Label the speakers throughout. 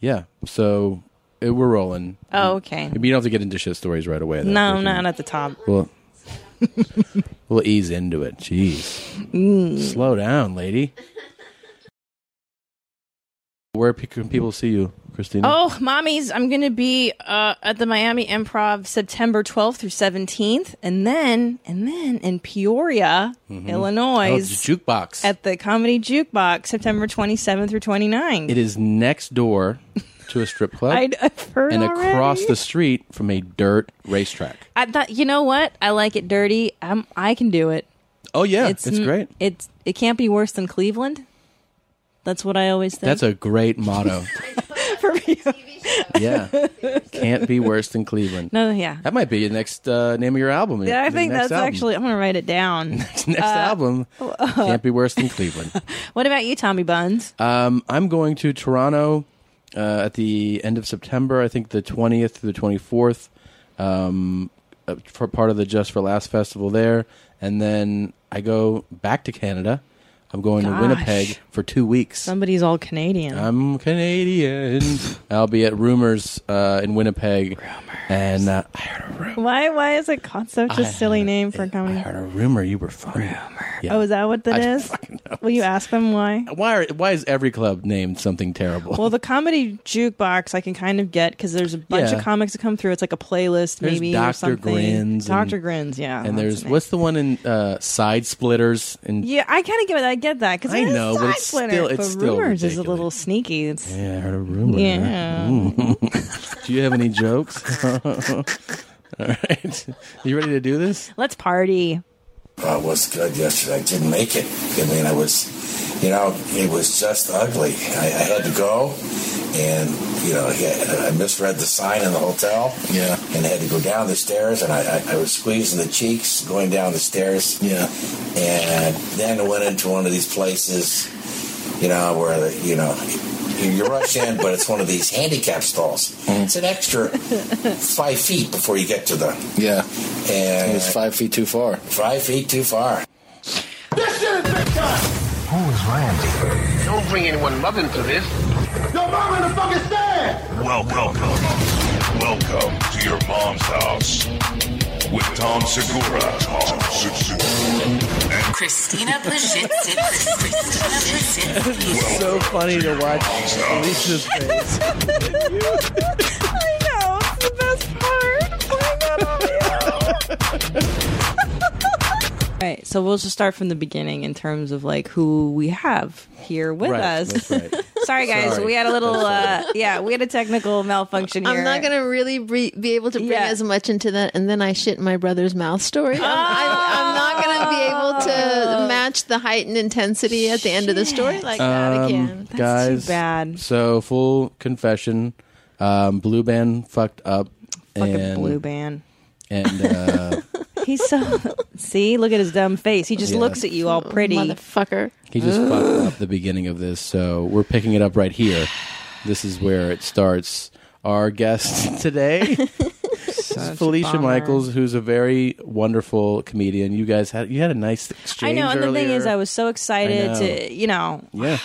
Speaker 1: yeah. So it, we're rolling.
Speaker 2: Oh, okay.
Speaker 1: Maybe you don't have to get into shit stories right away. though.
Speaker 2: No,
Speaker 1: We can-
Speaker 2: not at the top.
Speaker 1: We'll, we'll ease into it. Jeez.
Speaker 2: Mm.
Speaker 1: Slow down, lady. Where pe- can people see you, Christina?
Speaker 2: Oh, mommies, I'm going to be uh, at the Miami Improv September 12th through 17th, and then and then in Peoria,
Speaker 1: Mm-hmm.
Speaker 2: Illinois,
Speaker 1: it's Oh, jukebox.
Speaker 2: at the Comedy Jukebox September 27th through 29th.
Speaker 1: it is next door to a strip club
Speaker 2: I, have heard
Speaker 1: and
Speaker 2: uh, already.
Speaker 1: across the street from a dirt racetrack.
Speaker 2: I thought, you know what? I like it dirty. I'm, I can do it.
Speaker 1: Oh yeah, it's,
Speaker 2: n-
Speaker 1: great.
Speaker 2: It's it can't be worse than Cleveland. That's what I always think.
Speaker 1: That's a great motto.
Speaker 2: for me.
Speaker 1: yeah, can't be worse than Cleveland.
Speaker 2: no, yeah.
Speaker 1: That might be your next uh, name of your album.
Speaker 2: Yeah, I
Speaker 1: your
Speaker 2: think
Speaker 1: next
Speaker 2: that's
Speaker 1: album.
Speaker 2: actually. I'm gonna write it down.
Speaker 1: next album. Can't be worse than Cleveland.
Speaker 2: what about you, Tommy Buns?
Speaker 1: Um, I'm going to Toronto uh, at the end of September. I think the 20th through the 24th um, uh, for part of the Just for Last festival there, and then I go back to Canada. I'm going to
Speaker 2: Gosh. Um,
Speaker 1: Winnipeg for two weeks.
Speaker 2: Somebody's all Canadian.
Speaker 1: I'm Canadian. I'll be at Rumors uh, in Winnipeg, and uh, I heard a rumor.
Speaker 2: Why? Why is it called such a
Speaker 1: I
Speaker 2: silly
Speaker 1: heard-
Speaker 2: name for a
Speaker 1: I
Speaker 2: comedy?
Speaker 1: heard a rumor you were funny. Rumor.
Speaker 2: Oh, is that what that
Speaker 1: I
Speaker 2: is?
Speaker 1: fucking know.
Speaker 2: Will you ask them why?
Speaker 1: Why? Are, why is every club named something terrible?
Speaker 2: Well, the comedy jukebox I can kind of get because there's a bunch
Speaker 1: Yeah.
Speaker 2: of comics that come through. It's like a playlist,
Speaker 1: There's
Speaker 2: maybe
Speaker 1: Dr.
Speaker 2: or something.
Speaker 1: Grins and-
Speaker 2: Doctor Grins, yeah.
Speaker 1: and
Speaker 2: that's
Speaker 1: there's
Speaker 2: the name.
Speaker 1: what's the one in uh, side splitters and
Speaker 2: Yeah, I kind of get I get that because
Speaker 1: I know, but it's still- it's
Speaker 2: but
Speaker 1: still
Speaker 2: rumors is a
Speaker 1: ridiculous. Mm.
Speaker 2: little sneaky. It's,
Speaker 1: yeah, I heard a rumor.
Speaker 2: yeah.
Speaker 1: Do you have any jokes? All right, you ready to do this?
Speaker 2: Let's party.
Speaker 3: Oh, it was good yesterday. I didn't make it. I mean, I was, you know, it was just ugly. I, I had to go, and you know, I I misread the sign in the hotel.
Speaker 4: Yeah.
Speaker 3: And I had to go down the stairs, and I, I, I was squeezing the cheeks going down the stairs.
Speaker 4: Yeah.
Speaker 3: And then I went into one of these places, you know, where the, you know. You you rush in, but it's one of these handicap stalls.
Speaker 4: Mm-hmm.
Speaker 3: It's an extra five feet before you get to the.
Speaker 4: Yeah.
Speaker 3: And
Speaker 4: It was five feet too far.
Speaker 3: five feet too far.
Speaker 5: This shit is big time.
Speaker 6: Don't bring anyone love into this.
Speaker 5: Your mom in the fucking stand.
Speaker 7: Welcome. Welcome to your mom's house with Tom Segura. Tom Segura. And
Speaker 8: Christina Plajitsky. Christina Plajitsky.
Speaker 1: So funny to watch Lisa's face.
Speaker 2: I know it's the best part. Right, so we'll just start from the beginning in terms of like who we have here with
Speaker 1: Right,
Speaker 2: us.
Speaker 1: that's right.
Speaker 2: Sorry, guys,
Speaker 1: Sorry.
Speaker 2: we had a little, uh,
Speaker 1: That's
Speaker 2: yeah, we had a technical malfunction here.
Speaker 9: I'm not gonna really re- be able to bring
Speaker 2: Yeah.
Speaker 9: as much into that, and then I shit in my brother's mouth story. I'm, I'm, I'm not gonna be able
Speaker 2: Oh.
Speaker 9: to match the heightened intensity at the end of the story like
Speaker 1: Um,
Speaker 9: that again.
Speaker 1: Guys,
Speaker 2: too bad.
Speaker 1: So full confession, um, Blue Band fucked up.
Speaker 2: fucking
Speaker 1: and,
Speaker 2: blue band.
Speaker 1: And uh,
Speaker 2: He's so see, look at his dumb face. He just
Speaker 1: Yeah.
Speaker 2: looks at you
Speaker 9: Oh,
Speaker 2: all pretty.
Speaker 9: Motherfucker.
Speaker 1: he just fucked up the beginning of this. So we're picking it up right here. This is where it starts. Our guest today.
Speaker 2: Such a
Speaker 1: Felicia
Speaker 2: bummer.
Speaker 1: Michaels, who's a very wonderful comedian. You guys had you had a nice exchange.
Speaker 2: I know, and the thing
Speaker 1: earlier.
Speaker 2: is, I was so excited
Speaker 1: know.
Speaker 2: to, you know,
Speaker 1: yeah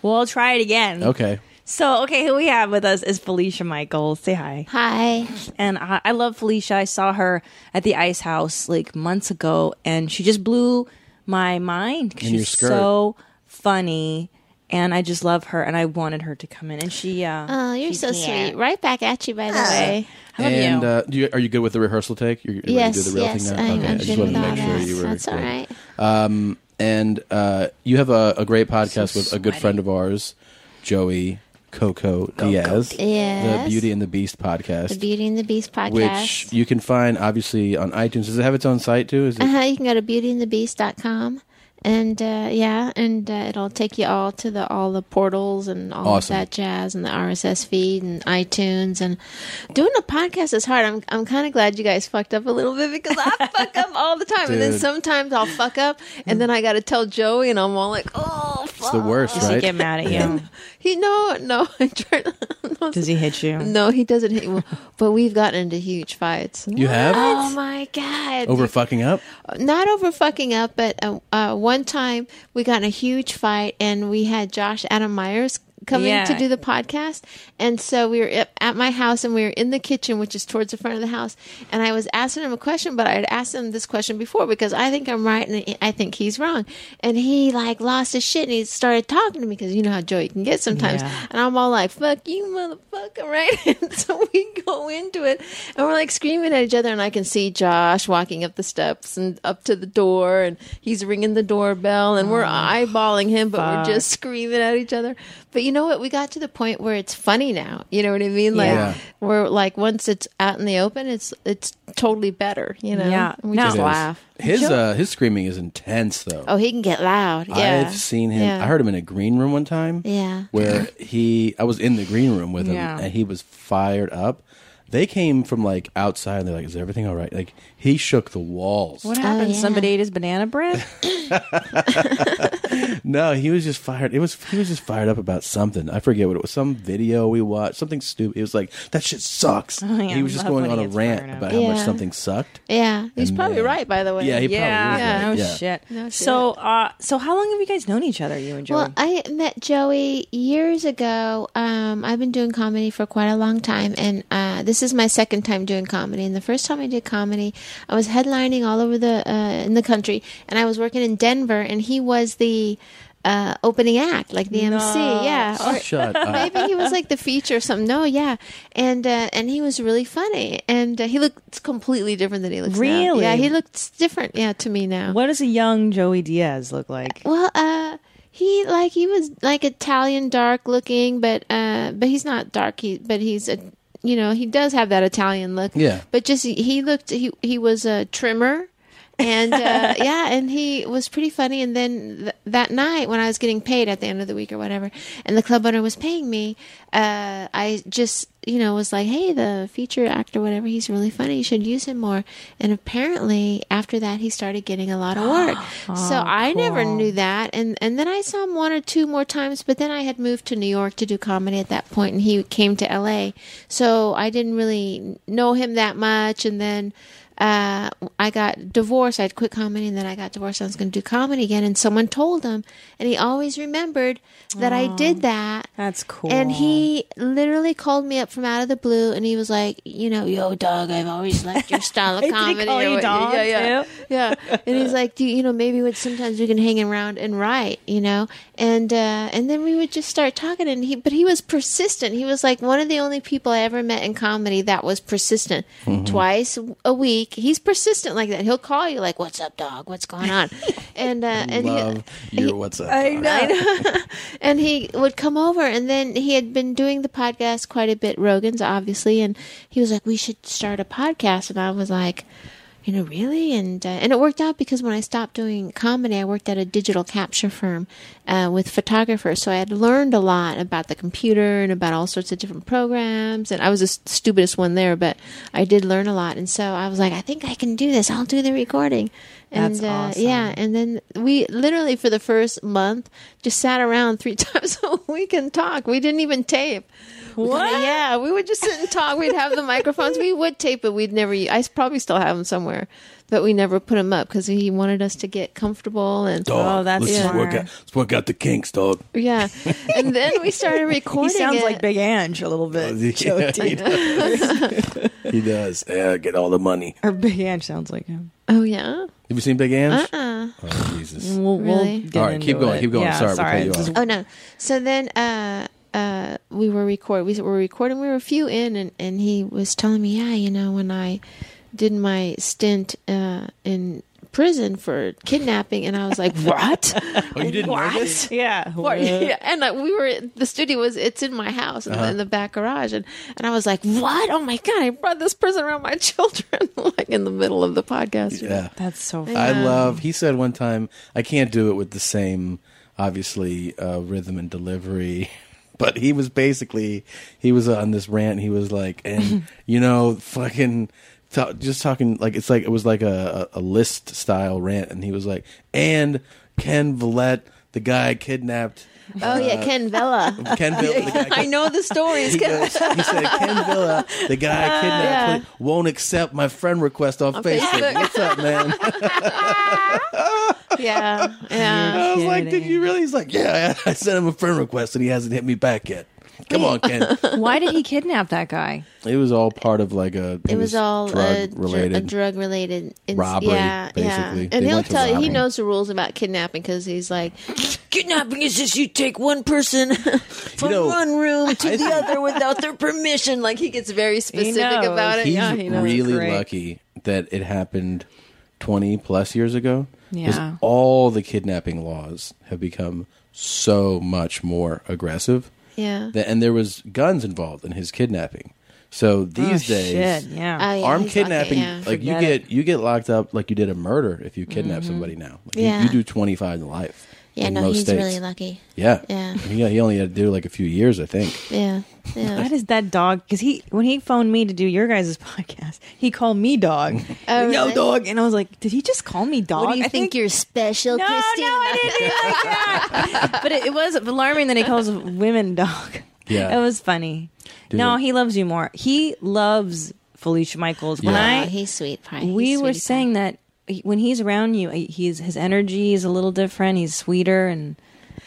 Speaker 2: well, I'll try it again.
Speaker 1: okay.
Speaker 2: So, okay, who we have with us is Felicia Michaels. Say hi.
Speaker 9: Hi.
Speaker 2: And I, I love Felicia. I saw her at the Ice House like months ago, and she just blew my mind. 'cause
Speaker 1: In your
Speaker 2: She's
Speaker 1: skirt.
Speaker 2: so funny, and I just love her. And I wanted her to come in, and she. Uh,
Speaker 9: Oh, you're so
Speaker 2: Yeah.
Speaker 9: sweet. Right back at you, by the way.
Speaker 2: I love
Speaker 1: and
Speaker 2: you.
Speaker 1: Uh, do you, are you good with the rehearsal take? You're ready to do
Speaker 9: Yes,
Speaker 1: the real
Speaker 9: yes,
Speaker 1: thing now?
Speaker 9: I'm,
Speaker 1: okay,
Speaker 9: I'm
Speaker 1: I just
Speaker 9: good
Speaker 1: wanted
Speaker 9: with
Speaker 1: to
Speaker 9: all
Speaker 1: make sure
Speaker 9: that.
Speaker 1: you were.
Speaker 9: That's all
Speaker 1: good.
Speaker 9: right.
Speaker 1: And uh, you have a, a great podcast with a good friend of ours, Joey Coco Diaz,
Speaker 9: Yes.
Speaker 1: the Beauty and the Beast podcast,
Speaker 9: The Beauty and the Beast
Speaker 1: which
Speaker 9: podcast.
Speaker 1: you can find obviously on iTunes. Does it have its own site too? Is it?
Speaker 9: Uh-huh, you can go to beautyandthebeast.com. And uh, yeah, and uh, it'll take you all to the all the portals and all
Speaker 1: Awesome.
Speaker 9: of that jazz and the RSS feed and iTunes and doing a podcast is hard. I'm I'm kind of glad you guys fucked up a little bit because I fuck up all the time, and then
Speaker 1: Dude.
Speaker 9: sometimes I'll fuck up, and then I got to tell Joey, and I'm all like, oh, fuck.
Speaker 1: It's the worst,
Speaker 2: Does he
Speaker 1: right?
Speaker 2: get mad at you?
Speaker 9: He no no I tried,
Speaker 2: Does he hit you?
Speaker 9: no he doesn't hit me, but we've gotten into huge fights.
Speaker 1: You have
Speaker 9: Oh my god!
Speaker 1: over fucking up.
Speaker 9: not over fucking up, but uh, uh, one time we got in a huge fight and we had Josh Adam Myers coming
Speaker 2: Yeah.
Speaker 9: to do the podcast, and so we were at- at my house and we were in the kitchen, which is towards the front of the house, and I was asking him a question, but I had asked him this question before because I think I'm right and I think he's wrong, and he like lost his shit and he started talking to me because you know how Joey can get sometimes,
Speaker 2: Yeah.
Speaker 9: and I'm all like, "Fuck you, motherfucker!" Right? And so we go into it, and we're like screaming at each other, and I can see Josh walking up the steps and up to the door, and he's ringing the doorbell, and
Speaker 1: Oh,
Speaker 9: we're eyeballing him, but
Speaker 2: fuck.
Speaker 9: we're just screaming at each other. But you know what? We got to the point where it's funny now. You know what I mean? Like
Speaker 1: Yeah.
Speaker 9: we're like once it's out in the open, it's it's totally better. You know?
Speaker 2: Yeah.
Speaker 9: And we
Speaker 2: No.
Speaker 9: just
Speaker 2: It is.
Speaker 9: laugh.
Speaker 1: His
Speaker 9: Joe-
Speaker 1: uh, his screaming is intense though.
Speaker 9: oh, he can get loud. Yeah,
Speaker 1: I've seen him.
Speaker 9: Yeah.
Speaker 1: I heard him in a green room one time.
Speaker 9: Yeah.
Speaker 1: Where he, I was in the green room with him,
Speaker 2: Yeah.
Speaker 1: and he was fired up. They came from like outside, and they're like, "Is everything all right?" Like he shook the walls.
Speaker 2: What happened?
Speaker 9: Oh, yeah.
Speaker 2: Somebody ate his banana bread.
Speaker 1: No, he was just fired. It was he was just fired up about something. I forget what it was. Some video we watched, something stupid. It was like that shit sucks.
Speaker 2: yeah,
Speaker 1: he was just
Speaker 2: love
Speaker 1: going
Speaker 2: when
Speaker 1: on
Speaker 2: he
Speaker 1: a
Speaker 2: gets fired
Speaker 1: rant
Speaker 2: up.
Speaker 1: about how much
Speaker 9: Yeah.
Speaker 1: something sucked.
Speaker 9: Yeah, he's
Speaker 1: And,
Speaker 9: probably
Speaker 1: uh,
Speaker 9: right. By the way,
Speaker 1: Yeah, he
Speaker 2: yeah.
Speaker 1: probably was.
Speaker 2: No
Speaker 1: right.
Speaker 2: shit.
Speaker 9: No
Speaker 2: So, uh, so how long have you guys known each other? You and Joey?
Speaker 9: Well, I met Joey years ago. Um, I've been doing comedy for quite a long time, and uh, this is my second time doing comedy. And the first time I did comedy, I was headlining all over the uh, in the country, and I was working in Denver, and he was the uh, opening act, like the MC. Yeah,
Speaker 1: Yeah. Shut up.
Speaker 9: maybe he was like the feature or something. No, yeah, and uh, and he was really funny, and uh, he looked completely different than he looks now.
Speaker 2: Really?
Speaker 9: Yeah, he looks different. Yeah, to me now.
Speaker 2: what does a young Joey Diaz look like?
Speaker 9: Well, uh, he like he was like Italian, dark looking, but uh, but he's not dark. He but he's a you know he does have that Italian look.
Speaker 1: Yeah.
Speaker 9: But just he- he looked he he was a trimmer. and uh, yeah, and he was pretty funny. And then th- that night, when I was getting paid at the end of the week or whatever, and the club owner was paying me, uh, I just you know was like, "Hey, the feature actor, whatever, he's really funny. You should use him more." And apparently, after that, he started getting a lot of work. so I never knew that. And and then I saw him one or two more times, but then I had moved to New York to do comedy at that point, and he came to L.A. So I didn't really know him that much. And then uh, I got divorced. I'd quit comedy, and then I got divorced. I was going to do comedy again, and someone told him, and he always remembered that I did that.
Speaker 2: That's cool.
Speaker 9: And he literally called me up from out of the blue, and he was like, "You know, yo, dog, I've always liked your style of
Speaker 2: Did he
Speaker 9: comedy."
Speaker 2: call
Speaker 9: or
Speaker 2: you
Speaker 9: what-
Speaker 2: dog,
Speaker 9: yeah, yeah,
Speaker 2: too?
Speaker 9: yeah. And he's like, "Do you, you know? Maybe would sometimes we can hang around and write, you know?" And uh, and then we would just start talking. And he, but he was persistent. He was like one of the only people I ever met in comedy that was persistent. Twice a week, he's persistent like that. He'll call you like, "What's up, dog? What's going on?" and uh, and he, Oh,
Speaker 1: Love your what's up. dog.
Speaker 9: and he would come over and then he had been doing the podcast quite a bit rogan's obviously and he was like we should start a podcast and i was like you know really and uh, and it worked out because when i stopped doing comedy i worked at a digital capture firm uh, with photographers so i had learned a lot about the computer and about all sorts of different programs and i was the s- stupidest one there but i did learn a lot and so i was like i think i can do this i'll do the recording and
Speaker 2: That's
Speaker 9: uh,
Speaker 2: awesome.
Speaker 9: yeah and then we literally for the first month just sat around three times a week and talked. We didn't even tape.
Speaker 2: What?
Speaker 9: Yeah, we would just sit and talk. We'd have the microphones. We would tape, but we'd never. I probably still have them somewhere, but we never put them up because he wanted us to get comfortable and
Speaker 1: Dog,
Speaker 2: Oh, that's
Speaker 1: let's just work
Speaker 2: smart.
Speaker 1: out. Let's work out the kinks, dog.
Speaker 9: yeah. And then we started
Speaker 2: he
Speaker 9: recording.
Speaker 2: sounds
Speaker 9: it.
Speaker 2: like Big Ange a little bit. Joey
Speaker 1: Yeah, he
Speaker 2: Diaz.
Speaker 1: does. he does. Yeah, get all the money.
Speaker 2: Or Big Ange sounds like him.
Speaker 9: Oh yeah.
Speaker 1: Have you seen Big Ange?
Speaker 9: Uh.
Speaker 1: Oh, Jesus.
Speaker 2: We'll,
Speaker 9: Really?
Speaker 2: we'll get
Speaker 1: All right,
Speaker 2: into
Speaker 1: keep going,
Speaker 2: it.
Speaker 1: keep going.
Speaker 2: Yeah,
Speaker 1: Sorry, we
Speaker 2: sorry.
Speaker 1: cut you
Speaker 2: This is-
Speaker 9: Oh no. So then uh uh we were record we were recording we were a few in and, and he was telling me, Yeah, you know, when I did my stint uh in prison for kidnapping and I was like, What?
Speaker 1: Oh, you didn't know this?
Speaker 2: Yeah.
Speaker 9: Or- yeah, and like, we were the studio was it's in my house in,
Speaker 1: Uh-huh.
Speaker 9: the, in the back garage, and and I was like, what? Oh my god! I brought this person around my children, like in the middle of the podcast. you know?
Speaker 1: Yeah.
Speaker 2: That's so
Speaker 1: I
Speaker 9: Yeah.
Speaker 1: love. He said one time, I can't do it with the same, obviously, uh, rhythm and delivery. But he was basically he was on this rant. He was like, and you know, fucking, ta just talking like it's like it was like a, a a list style rant. And he was like, and Ken Villette, the guy I kidnapped,
Speaker 9: Oh yeah, Ken Vella.
Speaker 1: Ken Villette, the guy I
Speaker 9: I know the stories.
Speaker 1: He, goes, he said, Ken Villa, the guy I kidnapped,
Speaker 9: Yeah.
Speaker 1: won't accept my friend request on Facebook.
Speaker 9: Facebook.
Speaker 1: What's up, man?
Speaker 9: yeah, yeah.
Speaker 1: I was like, did you really? He's like, yeah, I I sent him a friend request and he hasn't hit me back yet. Come on, Ken.
Speaker 2: Why did he kidnap that guy?
Speaker 1: it was all part of like a.
Speaker 9: It was all a,
Speaker 1: drug
Speaker 9: dr-
Speaker 1: related.
Speaker 9: a drug related ins-
Speaker 1: Robbery,
Speaker 9: yeah, yeah.
Speaker 1: basically.
Speaker 9: And
Speaker 1: They
Speaker 9: he'll
Speaker 1: went to
Speaker 9: tell you he
Speaker 1: robbery.
Speaker 9: knows the rules about kidnapping because he's like, kidnapping is just you take one person from
Speaker 1: know,
Speaker 9: one room to
Speaker 1: I
Speaker 9: the
Speaker 1: think-
Speaker 9: other without their permission. Like he gets very specific
Speaker 2: knows.
Speaker 9: about it.
Speaker 1: He's
Speaker 9: yeah, he knows.
Speaker 1: really
Speaker 2: Great.
Speaker 1: lucky that it happened 20 plus years ago. 'cause
Speaker 2: Yeah.
Speaker 1: All the kidnapping laws have become so much more aggressive.
Speaker 9: Yeah.
Speaker 1: Th- And there was guns involved in his kidnapping. So these
Speaker 2: oh,
Speaker 1: days
Speaker 2: shit, yeah.
Speaker 9: Oh, yeah,
Speaker 1: armed
Speaker 9: he's lucky,
Speaker 1: kidnapping
Speaker 9: yeah.
Speaker 1: like you
Speaker 2: Forget
Speaker 1: get you get locked up like you did a murder if you kidnap somebody now. Like, you-
Speaker 9: Mm-hmm. Yeah.
Speaker 1: you, do 25 to life.
Speaker 9: yeah,
Speaker 1: in
Speaker 9: no,
Speaker 1: most
Speaker 9: he's
Speaker 1: states.
Speaker 9: really lucky.
Speaker 1: Yeah.
Speaker 9: Yeah.
Speaker 1: He, he only had to do like a few years, I think.
Speaker 9: Yeah, yeah.
Speaker 2: Uh, That is that dog because he when he phoned me to do your guys' podcast, he called me dog.
Speaker 9: Oh,
Speaker 2: Yo,
Speaker 9: really?
Speaker 2: dog, and I was like, did he just call me dog?
Speaker 9: What do you
Speaker 2: I
Speaker 9: think, you're special,
Speaker 2: No, no,
Speaker 9: Christina?
Speaker 2: I didn't do like that. but it, it was alarming that he calls women dog.
Speaker 1: Yeah.
Speaker 2: it was funny.
Speaker 1: Dude.
Speaker 2: No, he loves you more. He loves Felicia Michaels. When
Speaker 1: Yeah.
Speaker 9: Oh,
Speaker 2: I
Speaker 9: he's sweet. Pie. He's
Speaker 2: we were
Speaker 9: sweetie pie.
Speaker 2: saying that he- when he's around you, he's his energy is a little different. He's sweeter, and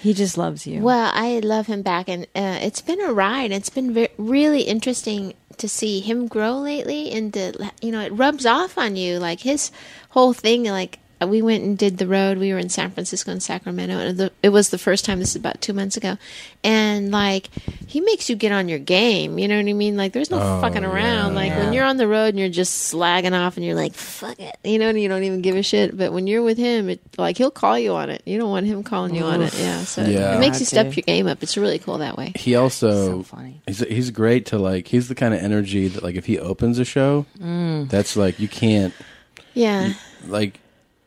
Speaker 2: he just loves you.
Speaker 9: Well, I love him back, and uh, it's been a ride. It's been ve- really interesting to see him grow lately, and to, you know, it rubs off on you. Like his whole thing, like we went and did the road. We were in San Francisco and Sacramento, and the, it was the first time. This is about two months ago, and like he makes you get on your game. You know what I mean? Like there's no fucking around. like when you're on the road and you're just slagging off, and you're like, fuck it, you know, and you don't even give a shit. But when you're with him, it like he'll call you on it. You don't want him calling you on it. Yeah, so
Speaker 1: Yeah.
Speaker 9: it makes you
Speaker 2: God,
Speaker 9: step
Speaker 2: dude.
Speaker 9: your game up. It's really cool that way.
Speaker 1: he also
Speaker 2: So funny.
Speaker 1: he's he's great to like he's the kind of energy that like if he opens a show
Speaker 9: Mm.
Speaker 1: that's like you can't
Speaker 9: Yeah.
Speaker 1: like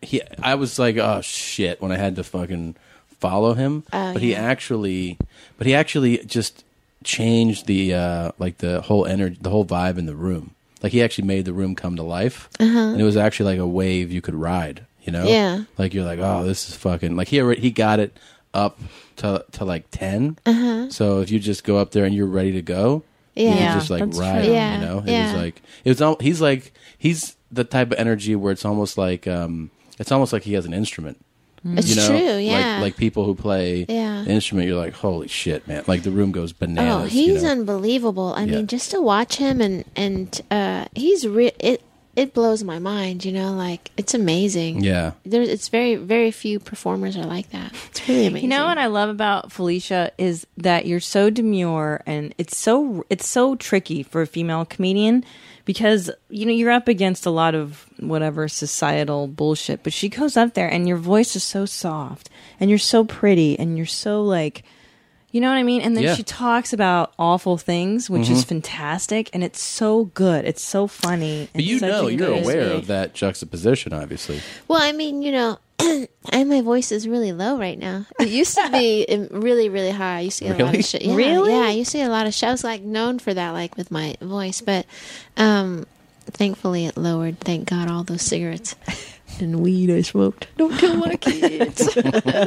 Speaker 1: he I was like oh shit when I had to fucking follow him
Speaker 9: Oh,
Speaker 1: but he
Speaker 9: yeah.
Speaker 1: actually but he actually just changed the uh like the whole energy the whole vibe in the room like he actually made the room come to life and it was actually like a wave you could ride you know
Speaker 9: Uh-huh. Yeah.
Speaker 1: like you're like oh this is fucking like he already, he got it up to to like 10
Speaker 9: Uh-huh.
Speaker 1: so if you just go up there and you're ready to go you
Speaker 9: Yeah,
Speaker 1: can just like
Speaker 2: that's
Speaker 1: ride
Speaker 2: true.
Speaker 9: Yeah,
Speaker 1: you know it
Speaker 9: yeah.
Speaker 1: was like it was al- he's like he's the type of energy where it's almost like um it's almost like he has an instrument
Speaker 9: It's
Speaker 1: you know
Speaker 9: true. Yeah.
Speaker 1: like like people who play
Speaker 9: Yeah.
Speaker 1: an instrument you're like holy shit man like the room goes
Speaker 9: oh,
Speaker 1: bananas
Speaker 9: he's
Speaker 1: you know?
Speaker 9: unbelievable. I
Speaker 1: Yeah.
Speaker 9: mean, just to watch him and and uh, he's re- it it blows my mind. You know, like it's amazing.
Speaker 1: yeah
Speaker 9: There's it's very very few performers are like that. It's really amazing.
Speaker 2: You know what I love about Felicia is that you're so demure and it's so it's so tricky for a female comedian because you know you're up against a lot of whatever societal bullshit but she goes up there and your voice is so soft and you're so pretty and you're so like you know what I mean and then
Speaker 1: Yeah. Mm-hmm.
Speaker 2: she talks about awful things which is fantastic and it's so good it's so funny
Speaker 1: but you know you're
Speaker 9: good
Speaker 1: aware
Speaker 9: speech.
Speaker 1: of that juxtaposition obviously
Speaker 9: Well, I mean, you know, and my voice is really low right now. It used to be um, really, really high. I used to get a lot
Speaker 1: Really?
Speaker 9: of shit. Yeah,
Speaker 2: Really?
Speaker 9: Yeah, I used to get a lot of shit. I was like known for that, like with my voice. But um, thankfully, it lowered. Thank God, all those cigarettes and weed I smoked. Don't tell my kids.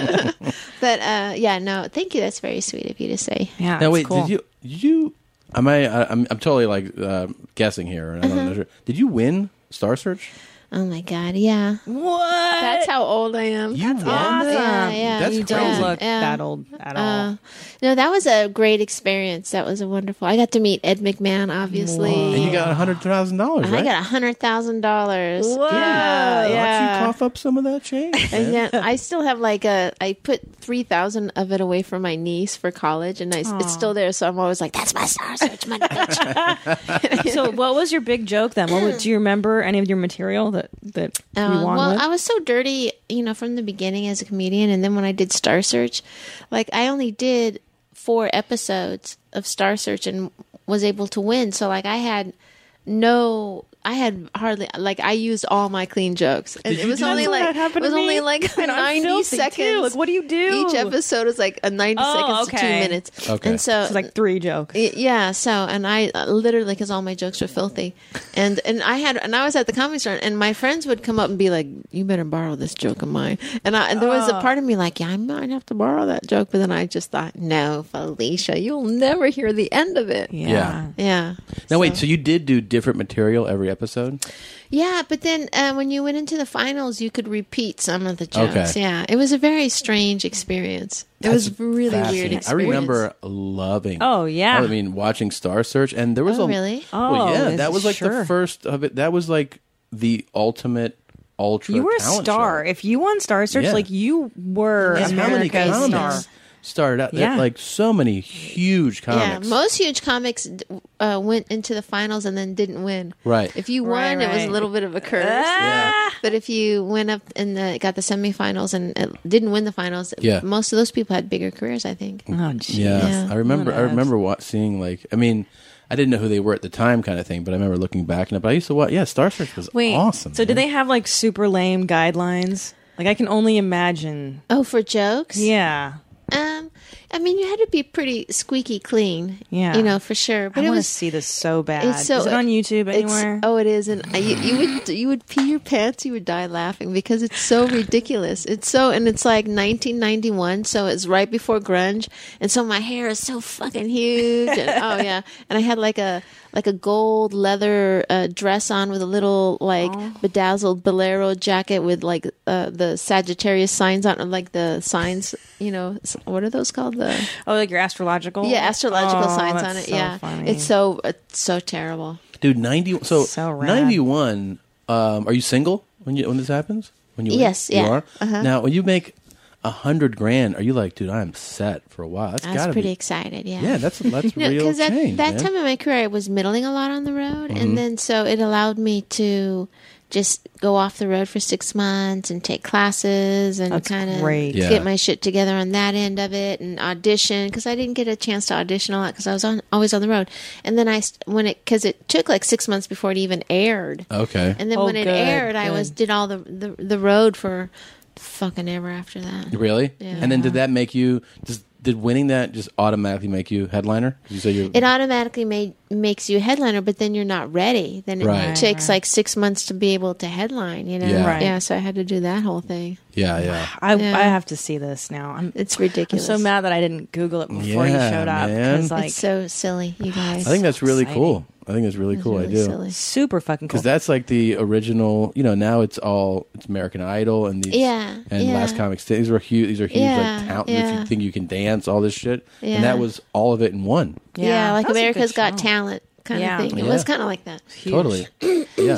Speaker 9: but uh, yeah, no, thank you. That's very sweet of you to say.
Speaker 2: yeah
Speaker 1: now
Speaker 2: it's
Speaker 1: wait
Speaker 2: cool.
Speaker 1: did you did you am I, I I'm I'm totally like uh, guessing here and I
Speaker 9: Uh-huh.
Speaker 1: don't know sure. did you win Star Search
Speaker 9: Oh my God, yeah.
Speaker 2: what
Speaker 9: That's how old I am.
Speaker 1: you won
Speaker 2: awesome.
Speaker 1: that?
Speaker 9: Yeah, yeah.
Speaker 1: That's
Speaker 9: you
Speaker 1: crazy.
Speaker 2: don't
Speaker 9: Yeah,
Speaker 2: look
Speaker 9: yeah.
Speaker 2: that old at all
Speaker 9: Uh, no, that was a great experience. That was a wonderful. I got to meet Ed McMahon, obviously.
Speaker 1: and you got a hundred thousand dollars right
Speaker 9: I got a hundred thousand dollars.
Speaker 2: Whoa.
Speaker 9: Yeah,
Speaker 1: Why don't
Speaker 2: Why
Speaker 1: you
Speaker 9: yeah.
Speaker 1: cough up some of that change? man?
Speaker 9: And yet I still have like a. I put three thousand of it away for my niece for college, and I, it's still there. So I'm always like, "That's my star search money." bitch."
Speaker 2: so what was your big joke then? What would, do you remember any of your material that that you
Speaker 9: Um,
Speaker 2: won
Speaker 9: well,
Speaker 2: with?
Speaker 9: I was so dirty, you know, from the beginning as a comedian, and then when I did Star Search, like I only did four episodes of Star Search and was able to win. So like I had no. I had hardly like I used all my clean jokes, and it was
Speaker 2: That's
Speaker 9: only
Speaker 2: what
Speaker 9: like it
Speaker 2: happened to
Speaker 9: was
Speaker 2: me.
Speaker 9: only like
Speaker 2: And I'm
Speaker 9: ninety
Speaker 2: filthy, too.
Speaker 9: seconds.
Speaker 2: Like, what do you do?
Speaker 9: Each episode is like a ninety
Speaker 2: Oh,
Speaker 9: seconds to two
Speaker 2: okay.
Speaker 9: minutes,
Speaker 1: Okay.
Speaker 9: and so
Speaker 2: it was like three jokes.
Speaker 9: Y- Yeah, so and I uh, literally because all my jokes were filthy, and and I had and I was at the comedy store and my friends would come up and be like, "You better borrow this joke of mine," and, I, and there was a part of me like, "Yeah, I might have to borrow that joke," but then I just thought, "No, Felicia, you'll never hear the end of it."
Speaker 1: Yeah.
Speaker 9: Yeah.
Speaker 1: Now wait, so you did do different material every episode?
Speaker 9: Yeah, but then uh, when you went into the finals, you could repeat some of the jokes.
Speaker 1: Okay.
Speaker 9: Yeah, it was a very strange experience. It was
Speaker 1: That's
Speaker 9: really weird.
Speaker 1: fascinating.
Speaker 9: Experience.
Speaker 1: I remember loving.
Speaker 2: Oh, yeah.
Speaker 1: I mean, watching Star Search, and there was
Speaker 9: Oh,
Speaker 1: a
Speaker 9: really?
Speaker 1: Well,
Speaker 2: Oh,
Speaker 1: yeah,
Speaker 2: this
Speaker 1: that was
Speaker 2: is
Speaker 1: like the
Speaker 2: sure.
Speaker 1: first of it. That was like the ultimate ultra.
Speaker 2: You were a
Speaker 1: talent
Speaker 2: star.
Speaker 1: show.
Speaker 2: If you won Star Search,
Speaker 1: Yeah.
Speaker 2: like you were
Speaker 1: Because how many
Speaker 2: America's
Speaker 1: comics
Speaker 2: star.
Speaker 1: started out?
Speaker 2: Yeah.
Speaker 1: Like so many huge comics.
Speaker 9: Yeah, most huge comics d- uh, went into the finals and then didn't win.
Speaker 1: Right.
Speaker 9: If you won,
Speaker 2: Right,
Speaker 9: it was a
Speaker 2: right. Ah.
Speaker 9: little bit of a curse.
Speaker 1: yeah.
Speaker 9: But if you went up and uh, got the semifinals and uh, didn't win the finals,
Speaker 1: Yeah.
Speaker 9: most of those people had bigger careers, I think.
Speaker 2: Oh, jeez.
Speaker 1: Yeah.
Speaker 9: Yeah.
Speaker 1: I remember.
Speaker 2: What
Speaker 1: I
Speaker 2: an
Speaker 1: remember wa- seeing like. I mean, I didn't know who they were at the time, kind of thing. But I remember looking back and it. But I used to watch. Yeah, Star Search was
Speaker 2: Wait.
Speaker 1: awesome.
Speaker 2: So did
Speaker 1: man.
Speaker 2: they have like super lame guidelines? Like I can only imagine.
Speaker 9: Oh, for jokes?
Speaker 2: Yeah.
Speaker 9: Um, I mean, you had to be pretty squeaky clean.
Speaker 2: Yeah.
Speaker 9: You know, for sure. But
Speaker 2: I
Speaker 9: it
Speaker 2: want to
Speaker 9: was
Speaker 2: see this so bad.
Speaker 9: It's so
Speaker 2: is it on YouTube
Speaker 9: it's-
Speaker 2: anywhere?
Speaker 9: oh, it is, and I, you, you would you would pee your pants, you would die laughing because it's so ridiculous. It's so, and it's like 1991, so it's right before grunge, and so my hair is so fucking huge, and oh yeah, and I had like a like a gold leather uh, dress on with a little like
Speaker 2: Oh.
Speaker 9: bedazzled bolero jacket with like uh, the Sagittarius signs on, like the signs, you know, s- what are those called? The
Speaker 2: Oh, like your astrological?
Speaker 9: yeah, astrological
Speaker 2: Oh,
Speaker 9: signs
Speaker 2: that's
Speaker 9: on it.
Speaker 2: so
Speaker 9: yeah,
Speaker 2: funny.
Speaker 9: it's so it's so terrible.
Speaker 1: dude? Ninety. So,
Speaker 2: So rad.
Speaker 1: ninety-one. Um, are you single when you when this happens? When you
Speaker 9: Yes,
Speaker 1: you
Speaker 9: yeah.
Speaker 1: are.
Speaker 9: Uh-huh.
Speaker 1: Now, when you make a hundred grand, are you like, dude? I'm set for a while. That's
Speaker 9: I was
Speaker 1: gotta
Speaker 9: pretty
Speaker 1: be.
Speaker 9: excited. Yeah.
Speaker 1: Yeah, that's that's
Speaker 9: No,
Speaker 1: real change.
Speaker 9: at that
Speaker 1: man. Mm-hmm.
Speaker 9: time in my career, I was middling a lot on the road, and then so it allowed me to just go off the road for six months and take classes and
Speaker 2: That's
Speaker 9: kind of
Speaker 2: great.
Speaker 1: Yeah.
Speaker 9: get my shit together on that end of it and audition because I didn't get a chance to audition a lot because I was on always on the road. And then I st- when it because it took like six months before it even aired,
Speaker 1: okay.
Speaker 9: and then
Speaker 2: Oh,
Speaker 9: when it
Speaker 2: good,
Speaker 9: aired, I
Speaker 2: good.
Speaker 9: was did all the, the the road for fucking ever after that.
Speaker 1: Really?
Speaker 9: Yeah.
Speaker 1: And then did that make you? Does, did winning that just automatically make you headliner? 'Cause You say you.
Speaker 9: it automatically made, makes you a headliner, but then you're not ready. Then it
Speaker 1: Right.
Speaker 9: takes like six months to be able to headline, you know?
Speaker 1: Yeah.
Speaker 2: Right.
Speaker 9: yeah, so I had to do that whole thing.
Speaker 1: yeah, yeah.
Speaker 2: I,
Speaker 9: Yeah.
Speaker 2: I have to see this now. I'm,
Speaker 9: It's
Speaker 2: I'm
Speaker 9: ridiculous.
Speaker 2: so mad that I didn't Google it before
Speaker 1: Yeah,
Speaker 2: you showed up.
Speaker 1: man.
Speaker 2: Because, like,
Speaker 9: it's so silly, you guys.
Speaker 1: I think that's really
Speaker 2: exciting.
Speaker 1: cool. I think that's really
Speaker 9: It's
Speaker 1: cool.
Speaker 9: really
Speaker 1: I do.
Speaker 9: silly.
Speaker 2: super fucking cool.
Speaker 1: Because that's like the original, you know. Now it's all it's American Idol and these,
Speaker 9: Yeah,
Speaker 1: and
Speaker 9: yeah.
Speaker 1: Last Comic Standing. These were huge. These are huge,
Speaker 9: Yeah,
Speaker 1: like talent. If
Speaker 9: yeah.
Speaker 1: you think you can dance, all this shit,
Speaker 9: Yeah.
Speaker 1: and that was all of it in one.
Speaker 9: Yeah, like
Speaker 2: That was a good
Speaker 9: America's Got
Speaker 2: show.
Speaker 9: Talent kind
Speaker 2: Yeah.
Speaker 9: of thing. It
Speaker 1: Yeah.
Speaker 9: was kind of like that.
Speaker 1: Totally. yeah.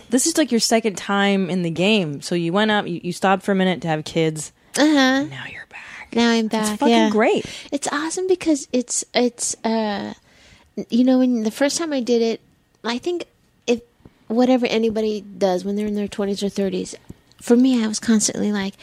Speaker 2: this is like your second time in the game. So you went up, you, you stopped for a minute to have kids.
Speaker 9: Uh huh.
Speaker 2: Now you're back.
Speaker 9: Now I'm back.
Speaker 2: That's fucking
Speaker 9: yeah.
Speaker 2: great.
Speaker 9: It's awesome because it's it's uh you know when the first time I did it, I think if whatever anybody does when they're in their 20s or 30s, for me I was constantly like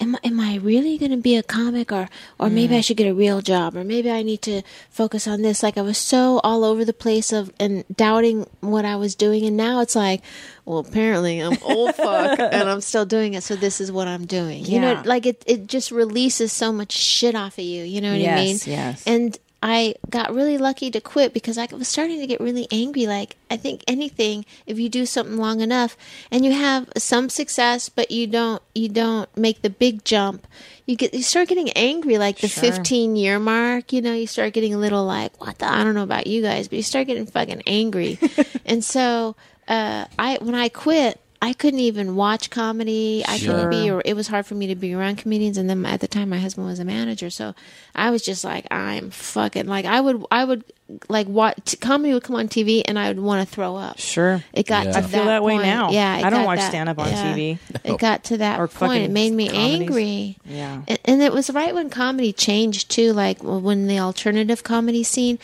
Speaker 9: am am I really going to be a comic or or maybe I should get a real job or maybe I need to focus on this like I was so all over the place of and doubting what I was doing and now it's like well apparently I'm old fuck and I'm still doing it so this is what I'm doing. You know
Speaker 2: Yeah.
Speaker 9: like it it just releases so much shit off of you, you know what I mean?
Speaker 2: Yes, yes.
Speaker 9: And I got really lucky to quit because I was starting to get really angry. Like, I think anything, if you do something long enough and you have some success, but you don't, you don't make the big jump, you get, you start getting angry, like the 15 year mark, you know, you start getting a little like, what the, I don't know about you guys, but you start getting fucking angry. and so, uh, I, when I quit, I couldn't even watch comedy. I couldn't be, or it was hard for me to be around comedians. And then at the time, my husband was a manager, so I was just like, I'm fucking like I would, I would like watch comedy would come on TV, and I would want to throw up.
Speaker 2: Sure.
Speaker 9: It got
Speaker 1: Yeah.
Speaker 9: to
Speaker 1: I
Speaker 9: that
Speaker 2: feel that way
Speaker 9: point.
Speaker 2: now.
Speaker 9: Yeah, it
Speaker 2: I don't
Speaker 9: got
Speaker 2: watch
Speaker 9: that-
Speaker 2: stand-up on
Speaker 9: yeah.
Speaker 2: TV.
Speaker 9: It got to that
Speaker 2: Or
Speaker 9: point. It
Speaker 2: fucking
Speaker 9: made me
Speaker 2: comedies.
Speaker 9: angry.
Speaker 2: Yeah.
Speaker 9: A- and it was right when comedy changed too, like when the alternative comedy scene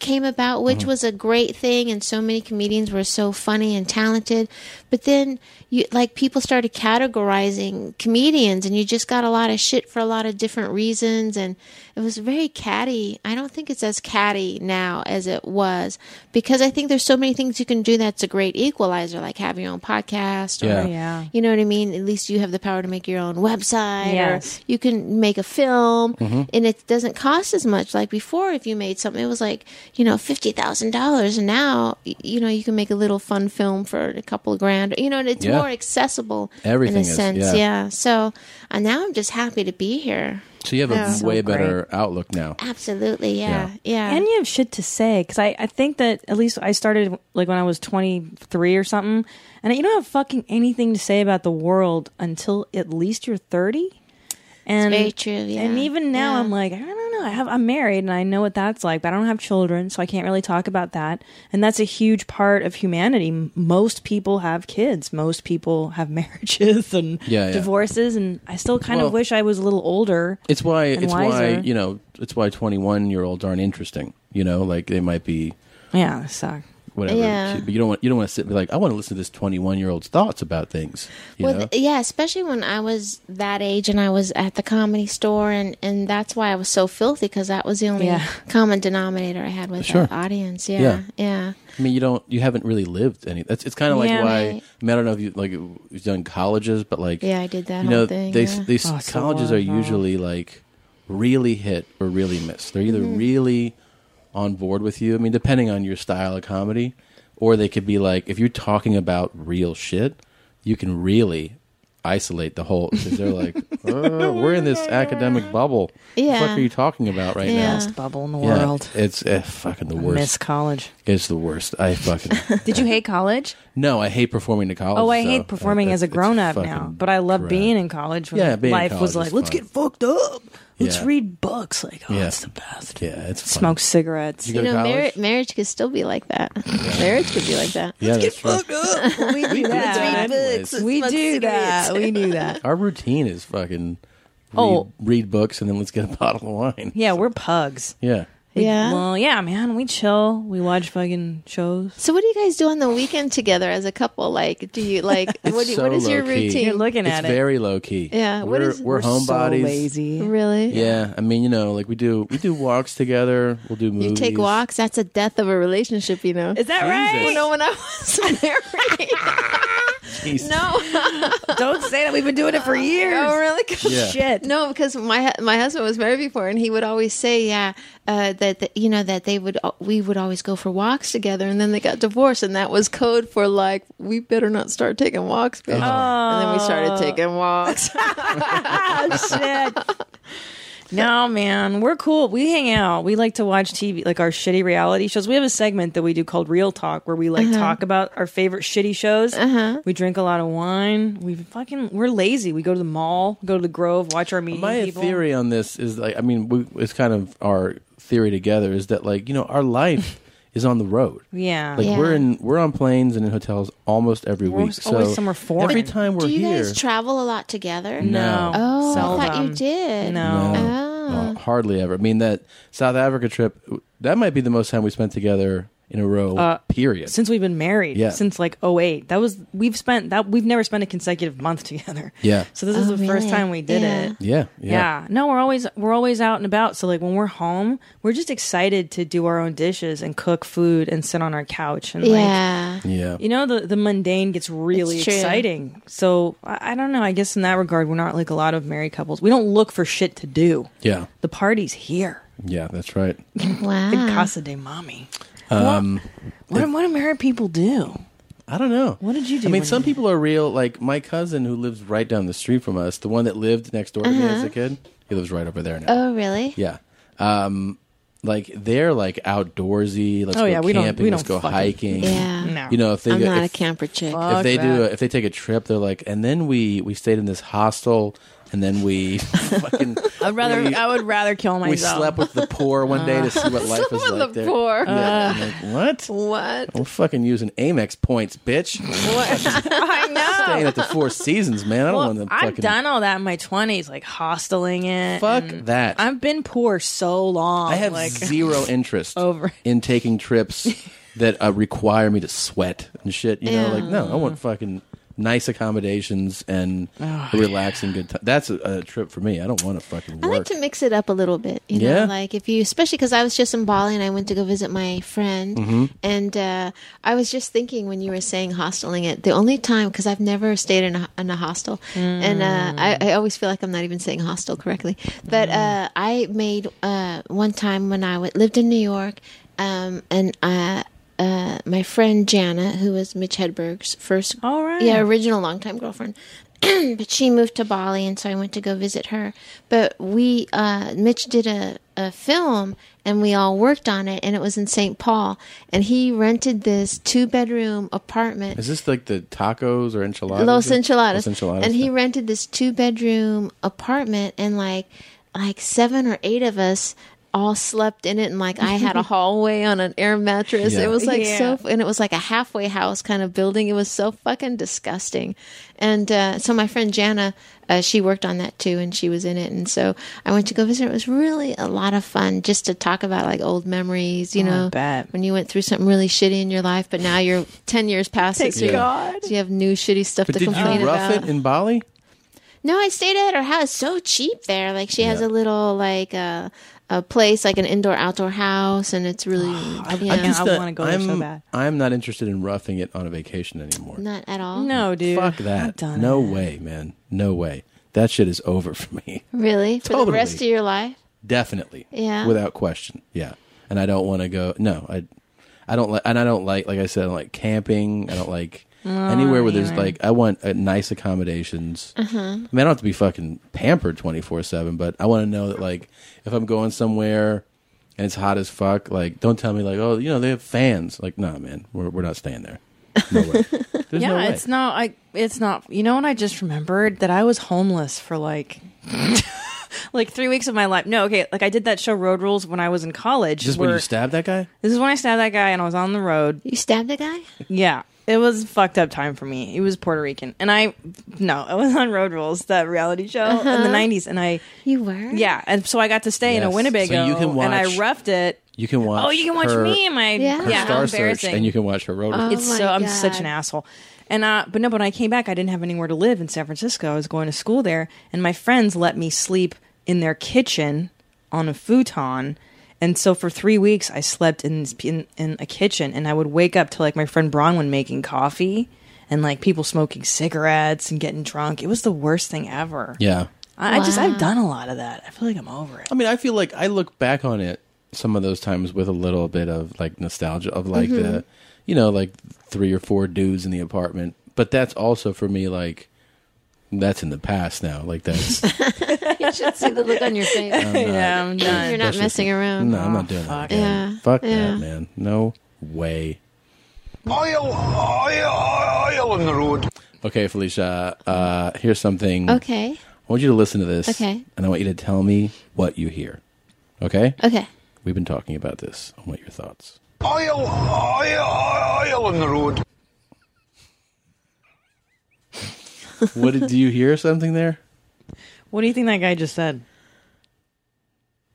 Speaker 9: came about, which was a great thing, and so many comedians were so funny and talented. But then, you like people started categorizing comedians, and you just got a lot of shit for a lot of different reasons, and It was very catty. I don't think it's as catty now as it was because I think there's so many things you can do that's a great equalizer, like have your own podcast. Or,
Speaker 1: Yeah.
Speaker 2: Yeah.
Speaker 9: You know what I mean? At least you have the power to make your own website
Speaker 2: Yes.
Speaker 9: or you can make a film
Speaker 1: Mm-hmm.
Speaker 9: and it doesn't cost as much. Like before, if you made something, it was like, you know, $50,000. And now, y- you know, you can make a little fun film for a couple of grand, you know, and it's
Speaker 1: Yeah.
Speaker 9: more accessible
Speaker 1: Everything
Speaker 9: in a
Speaker 1: is,
Speaker 9: sense.
Speaker 1: yeah.
Speaker 9: So uh, now I'm just happy to be here.
Speaker 1: So you have a
Speaker 2: So
Speaker 1: way
Speaker 2: great.
Speaker 1: better outlook now.
Speaker 9: Absolutely. Yeah. Yeah.
Speaker 2: and you have shit to say because I, I think that at least i started like when i was 23 or something and you don't have fucking anything to say about the world until at least you're 30 and
Speaker 9: very true, yeah.
Speaker 2: and even now
Speaker 9: Yeah.
Speaker 2: i'm like i don't know i have i'm married and i know what that's like but i don't have children so i can't really talk about that and that's a huge part of humanity M- most people have kids most people have marriages and
Speaker 1: Yeah, yeah.
Speaker 2: divorces and i still kind
Speaker 1: Well-
Speaker 2: of wish i was a little older
Speaker 1: It's why
Speaker 2: and
Speaker 1: it's why
Speaker 2: wiser.
Speaker 1: you know it's why twenty one year olds aren't interesting. You know, like they might be
Speaker 2: yeah they suck
Speaker 1: whatever.
Speaker 9: Yeah.
Speaker 1: shit, But you don't want you don't want to sit and be like I want to listen to this twenty one year old's thoughts about things. You
Speaker 9: Well,
Speaker 1: know?
Speaker 9: th- yeah, especially when I was that age and I was at the comedy store, and, and that's why I was so filthy because that was the only
Speaker 2: Yeah.
Speaker 9: common denominator I had with
Speaker 1: Sure.
Speaker 9: the audience.
Speaker 1: Yeah.
Speaker 9: Yeah, yeah,
Speaker 1: I mean, you don't you haven't really lived any. That's it's kind of like
Speaker 2: Yeah,
Speaker 1: why
Speaker 9: right.
Speaker 1: I mean I don't know if you like you've done colleges, but like
Speaker 9: yeah. I did that
Speaker 1: you
Speaker 9: whole
Speaker 1: know
Speaker 9: thing.
Speaker 1: they
Speaker 9: yeah.
Speaker 1: they
Speaker 2: Oh, it's so
Speaker 1: colleges are
Speaker 2: wild.
Speaker 1: usually like really hit or really miss. They're either
Speaker 9: Mm-hmm.
Speaker 1: really on board with you. I mean, depending on your style of comedy, or they could be like if you're talking about real shit, you can really isolate the whole because they're like "Uh, we're in this academic bubble. What the
Speaker 9: Yeah.
Speaker 1: fuck are you talking about right
Speaker 9: Yeah.
Speaker 1: now?
Speaker 2: best bubble in the
Speaker 1: Yeah,
Speaker 2: world.
Speaker 1: it's eh, fucking the worst.
Speaker 2: Miss college.
Speaker 1: It's the worst. I fucking
Speaker 2: Did you hate college?
Speaker 1: no. I hate performing to college.
Speaker 2: Oh, I
Speaker 1: so
Speaker 2: hate performing
Speaker 1: that-
Speaker 2: as a
Speaker 1: that's
Speaker 2: grown up
Speaker 1: fucking
Speaker 2: now, but I love
Speaker 1: crap.
Speaker 2: being in college. When
Speaker 1: Yeah, being in
Speaker 2: life
Speaker 1: college
Speaker 2: was like,
Speaker 1: is
Speaker 2: let's
Speaker 1: fun.
Speaker 2: get fucked up. Let's
Speaker 1: Yeah.
Speaker 2: read books. Like, oh,
Speaker 1: Yeah.
Speaker 2: it's the best.
Speaker 1: Yeah, it's fun.
Speaker 2: Smoke cigarettes.
Speaker 1: You
Speaker 9: you
Speaker 1: go to
Speaker 9: know,
Speaker 1: college?
Speaker 9: marri- marriage could still be like that. marriage could be like that.
Speaker 1: Yeah, that's right.
Speaker 2: we do that. We do that. We do that.
Speaker 1: Our routine is fucking read,
Speaker 2: Oh.
Speaker 1: read books and then let's get a bottle of wine.
Speaker 2: Yeah, we're pugs.
Speaker 1: Yeah.
Speaker 9: Yeah.
Speaker 2: Well, yeah, man. We chill. We watch fucking shows.
Speaker 9: so, what do you guys do on the weekend together as a couple? Like, do you like what? Do,
Speaker 1: so
Speaker 9: what is your
Speaker 1: low-key.
Speaker 9: routine?
Speaker 2: You're looking
Speaker 1: It's
Speaker 2: at it.
Speaker 1: very low key.
Speaker 9: Yeah,
Speaker 1: We're
Speaker 9: what is-
Speaker 1: we're, homebodies.
Speaker 2: So lazy.
Speaker 9: really?
Speaker 1: Yeah. I mean, you know, like we do we do walks together, we'll do movies.
Speaker 9: You take walks. That's a death of a relationship. You know.
Speaker 2: Is that
Speaker 1: Jesus.
Speaker 9: you
Speaker 2: right?
Speaker 9: know when I was married?
Speaker 1: Jesus.
Speaker 9: no.
Speaker 2: Don't say that. We've been doing it for years.
Speaker 9: Oh, really?
Speaker 1: Yeah.
Speaker 2: Shit.
Speaker 9: No, because my hu- my husband was married before, and he would always say, "Yeah, uh, that, that you know that they would al- we would always go for walks together." And then they got divorced, and that was code for like we better not start taking walks, bitch. And then we started taking walks.
Speaker 2: shit. No, man, we're cool. We hang out. We like to watch TV, like our shitty reality shows. We have a segment that we do called Real Talk, where we like
Speaker 9: Uh-huh.
Speaker 2: talk about our favorite shitty shows. We drink a lot of wine. We fucking we're lazy. We go to the mall, go to the Grove, watch our meeting
Speaker 1: My
Speaker 2: people.
Speaker 1: theory on this is like I mean, we, it's kind of our theory together is that like, you know, our life is on the road.
Speaker 2: yeah,
Speaker 1: Like
Speaker 9: Yeah.
Speaker 1: we're in we're on planes and in hotels almost every
Speaker 2: We're
Speaker 1: week.
Speaker 2: always
Speaker 1: so
Speaker 2: somewhere foreign.
Speaker 1: every time we're
Speaker 9: Do you
Speaker 1: here,
Speaker 9: guys travel a lot together?
Speaker 2: no.
Speaker 9: Oh, I thought you
Speaker 2: seldom.
Speaker 9: did. Oh.
Speaker 2: No. ah.
Speaker 1: No, hardly ever. I mean that South Africa trip. That might be the most time we spent together in a row. period.
Speaker 2: Uh, Since we've been married,
Speaker 1: Yeah.
Speaker 2: since like 08. That was we've spent that we've never spent a consecutive month together.
Speaker 1: Yeah.
Speaker 2: So this is
Speaker 9: Oh,
Speaker 2: the first
Speaker 9: really?
Speaker 2: time we did
Speaker 9: Yeah.
Speaker 2: it.
Speaker 1: yeah, yeah,
Speaker 2: Yeah. No, we're always we're always out and about. So like when we're home, we're just excited to do our own dishes and cook food and sit on our couch and like
Speaker 9: Yeah.
Speaker 1: yeah.
Speaker 2: you know the the mundane gets really
Speaker 9: It's true.
Speaker 2: exciting. So I, I don't know. I guess in that regard, we're not like a lot of married couples. We don't look for shit to do.
Speaker 1: yeah,
Speaker 2: The party's here
Speaker 1: yeah. That's right.
Speaker 2: in
Speaker 9: Wow.
Speaker 2: Casa de Mommy.
Speaker 1: Um,
Speaker 2: what, what, what do married people do?
Speaker 1: I don't know.
Speaker 2: What did you do
Speaker 1: I mean,
Speaker 2: when
Speaker 1: some
Speaker 2: you-
Speaker 1: people are real. Like my cousin who lives right down the street from us, the one that lived next door to me
Speaker 2: Uh-huh.
Speaker 1: as a kid. He lives right over there now.
Speaker 9: Oh, really?
Speaker 1: Yeah. Um, like they're like outdoorsy. Let's
Speaker 2: Oh,
Speaker 1: go
Speaker 2: yeah, we don't-
Speaker 1: camping.
Speaker 2: we
Speaker 1: let's
Speaker 2: don't
Speaker 1: go
Speaker 2: fucking-
Speaker 1: hiking.
Speaker 9: Yeah.
Speaker 2: No.
Speaker 1: You know, if they
Speaker 9: I'm
Speaker 1: go,
Speaker 9: not
Speaker 1: if,
Speaker 9: a camper chick.
Speaker 2: Fuck
Speaker 1: if they do
Speaker 2: that.
Speaker 1: a, if they take a trip they're like and then we we stayed in this hostel and then we fucking
Speaker 2: I'd rather
Speaker 1: we,
Speaker 2: I would rather kill
Speaker 1: we
Speaker 2: myself.
Speaker 1: slept with the poor one day to see what life is
Speaker 9: with
Speaker 1: like
Speaker 9: the
Speaker 1: there.
Speaker 9: poor.
Speaker 1: Yeah, I'm like, what
Speaker 9: What?
Speaker 1: I'm fucking using Amex points, bitch.
Speaker 2: I know.
Speaker 1: Staying at the Four Seasons, man. I don't want
Speaker 2: Well,
Speaker 1: them fucking.
Speaker 2: I've done all that in my twenties, like hosteling it.
Speaker 1: Fuck
Speaker 9: Mm.
Speaker 2: and-
Speaker 1: that.
Speaker 2: I've been poor so long.
Speaker 1: I have
Speaker 2: like,
Speaker 1: zero interest
Speaker 2: Over.
Speaker 1: in taking trips that uh, require me to sweat and shit. You know, like no, I want fucking nice accommodations and a relaxing good time. That's a, a trip for me. I don't want to fucking
Speaker 9: I
Speaker 1: work.
Speaker 9: like to mix it up a little bit, you know.
Speaker 1: Yeah.
Speaker 9: Like if you, especially because I was just in Bali and I went to go visit my friend,
Speaker 1: Mm-hmm.
Speaker 9: and uh, I was just thinking when you were saying hosteling it, the only time because I've never stayed in a, in a hostel, and uh, I,
Speaker 1: Mm.
Speaker 9: I always feel like I'm not even saying hostel correctly. But uh, I made uh, one time when I w- lived in New York, um, and I. Uh, my friend Jana, who was Mitch Hedberg's first,
Speaker 2: All right.
Speaker 9: yeah, original longtime girlfriend, but she moved to Bali, and so I went to go visit her. But we, uh, Mitch did a, a film, and we all worked on it, and it was in St. Paul. And he rented this two bedroom apartment.
Speaker 1: Is this like the tacos or enchiladas?
Speaker 9: Los
Speaker 1: Los
Speaker 9: Enchiladas.
Speaker 1: enchiladas.
Speaker 9: And he
Speaker 1: yeah.
Speaker 9: rented this two bedroom apartment, and like like seven or eight of us all slept in it, and like I had a hallway on an air mattress.
Speaker 1: Yeah.
Speaker 9: It was like
Speaker 2: Yeah.
Speaker 9: so, and it was like a halfway house kind of building. It was so fucking disgusting. And uh, so my friend Jana, uh, she worked on that too, and she was in it. And so I went to go visit. It was really a lot of fun just to talk about like old memories, you
Speaker 2: Oh, I
Speaker 9: know,
Speaker 2: bet.
Speaker 9: when you went through something really shitty in your life, but now you're ten years past it.
Speaker 2: Thank
Speaker 9: so you-
Speaker 2: God.
Speaker 9: so you have new shitty stuff
Speaker 1: But
Speaker 9: to
Speaker 1: did you
Speaker 9: complain
Speaker 1: rough
Speaker 9: about.
Speaker 1: it in Bali?
Speaker 9: no, I stayed at her house. So cheap there. Like she has
Speaker 1: Yeah.
Speaker 9: a little like a a place like an indoor outdoor house, and it's really yeah,
Speaker 2: just- I
Speaker 1: Just that
Speaker 2: wanna go there so
Speaker 1: I'm-
Speaker 2: bad.
Speaker 1: I'm not interested in roughing it on a vacation anymore.
Speaker 9: not at all.
Speaker 2: No, dude.
Speaker 1: Fuck
Speaker 2: I'm
Speaker 1: that.
Speaker 2: done.
Speaker 1: No way, man. No way. That shit is over for me.
Speaker 9: really for the
Speaker 1: Totally.
Speaker 9: rest of your life.
Speaker 1: Definitely.
Speaker 9: Yeah.
Speaker 1: Without question. Yeah. And I don't want to go. No, I, I don't like. And I don't like. Like I said, I don't like camping. I don't like
Speaker 2: Oh,
Speaker 1: anywhere where there's like. I want uh, nice accommodations.
Speaker 2: Mm-hmm.
Speaker 1: I mean, I don't have to be fucking pampered twenty four seven, but I want to know that like if I'm going somewhere and it's hot as fuck, like don't tell me like oh you know they have fans. Like nah, man, we're we're not staying there. No way. There's
Speaker 2: Yeah,
Speaker 1: no way.
Speaker 2: it's not. I. It's not. You know what? I just remembered that I was homeless for like, like three weeks of my life. No, okay. Like I did that show Road Rules when I was in college.
Speaker 1: Just when
Speaker 2: where-
Speaker 1: you stabbed that guy.
Speaker 2: This is when I stabbed that guy, and I was on the road.
Speaker 9: You stabbed the guy.
Speaker 2: Yeah. It was a fucked up time for me. It was Puerto Rican. And I no, I was on Road Rules, that reality show in the nineties and I
Speaker 9: You were.
Speaker 2: yeah, and so I got to stay in a
Speaker 1: Yes.
Speaker 2: Winnebago
Speaker 1: So you can
Speaker 2: and I
Speaker 1: watch-
Speaker 2: roughed it.
Speaker 1: You can watch.
Speaker 2: Oh, you can watch
Speaker 1: her-
Speaker 2: me and my
Speaker 9: Yeah.
Speaker 2: yeah,
Speaker 1: Her
Speaker 2: how
Speaker 1: star search,
Speaker 2: embarrassing.
Speaker 1: and you can watch her road. trip.
Speaker 9: Oh
Speaker 2: it's
Speaker 9: my
Speaker 2: so I'm such an
Speaker 9: God.
Speaker 2: asshole. And uh, but no, but I came back. I didn't have anywhere to live in San Francisco. I was going to school there, and my friends let me sleep in their kitchen on a futon. And so for three weeks, I slept in this, in, in a kitchen, and I would wake up to like my friend Bronwyn making coffee, and like people smoking cigarettes and getting drunk. It was the worst thing ever.
Speaker 1: yeah.
Speaker 2: I, I just I've done a lot of that. I feel like I'm over it.
Speaker 1: I mean, I feel like I look back on it some of those times with a little bit of like nostalgia of like
Speaker 9: Mm-hmm.
Speaker 1: the, you know, like three or four dudes in the apartment. But that's also for me like that's in the past now. Like that's
Speaker 9: You should see the look on your face.
Speaker 2: yeah,
Speaker 9: Um,
Speaker 2: I'm done.
Speaker 9: You're not
Speaker 1: Especially-
Speaker 9: messing around.
Speaker 1: no,
Speaker 9: Oh,
Speaker 1: I'm not doing that. again.
Speaker 9: Yeah.
Speaker 1: Fuck
Speaker 9: Yeah.
Speaker 1: that, man. No way.
Speaker 7: Oil, oil, oil on the road.
Speaker 1: Okay, Felicia. Uh, here's something.
Speaker 9: Okay.
Speaker 1: I want you to listen to this.
Speaker 9: Okay.
Speaker 1: And I want you to tell me what you hear. Okay.
Speaker 9: Okay.
Speaker 1: We've been talking about this. I want your thoughts.
Speaker 7: Oil, oil, oil on the road.
Speaker 1: What did, do you hear? Something there?
Speaker 2: What do you think that guy just said?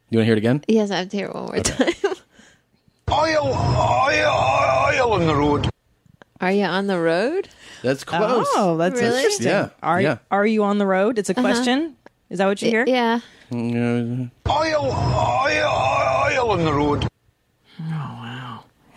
Speaker 1: You want to hear it again?
Speaker 9: Yes, I have to hear it one more time.
Speaker 7: Oil, oil, oil on the road.
Speaker 9: Are you on the road?
Speaker 1: That's close.
Speaker 2: Oh, that's
Speaker 9: Really? Uh-huh.
Speaker 2: interesting.
Speaker 1: Yeah,
Speaker 2: Are
Speaker 1: yeah.
Speaker 2: are you on the road? It's a question. Is that what you hear?
Speaker 9: Yeah.
Speaker 1: Yeah.
Speaker 7: Oil, oil, oil on the road.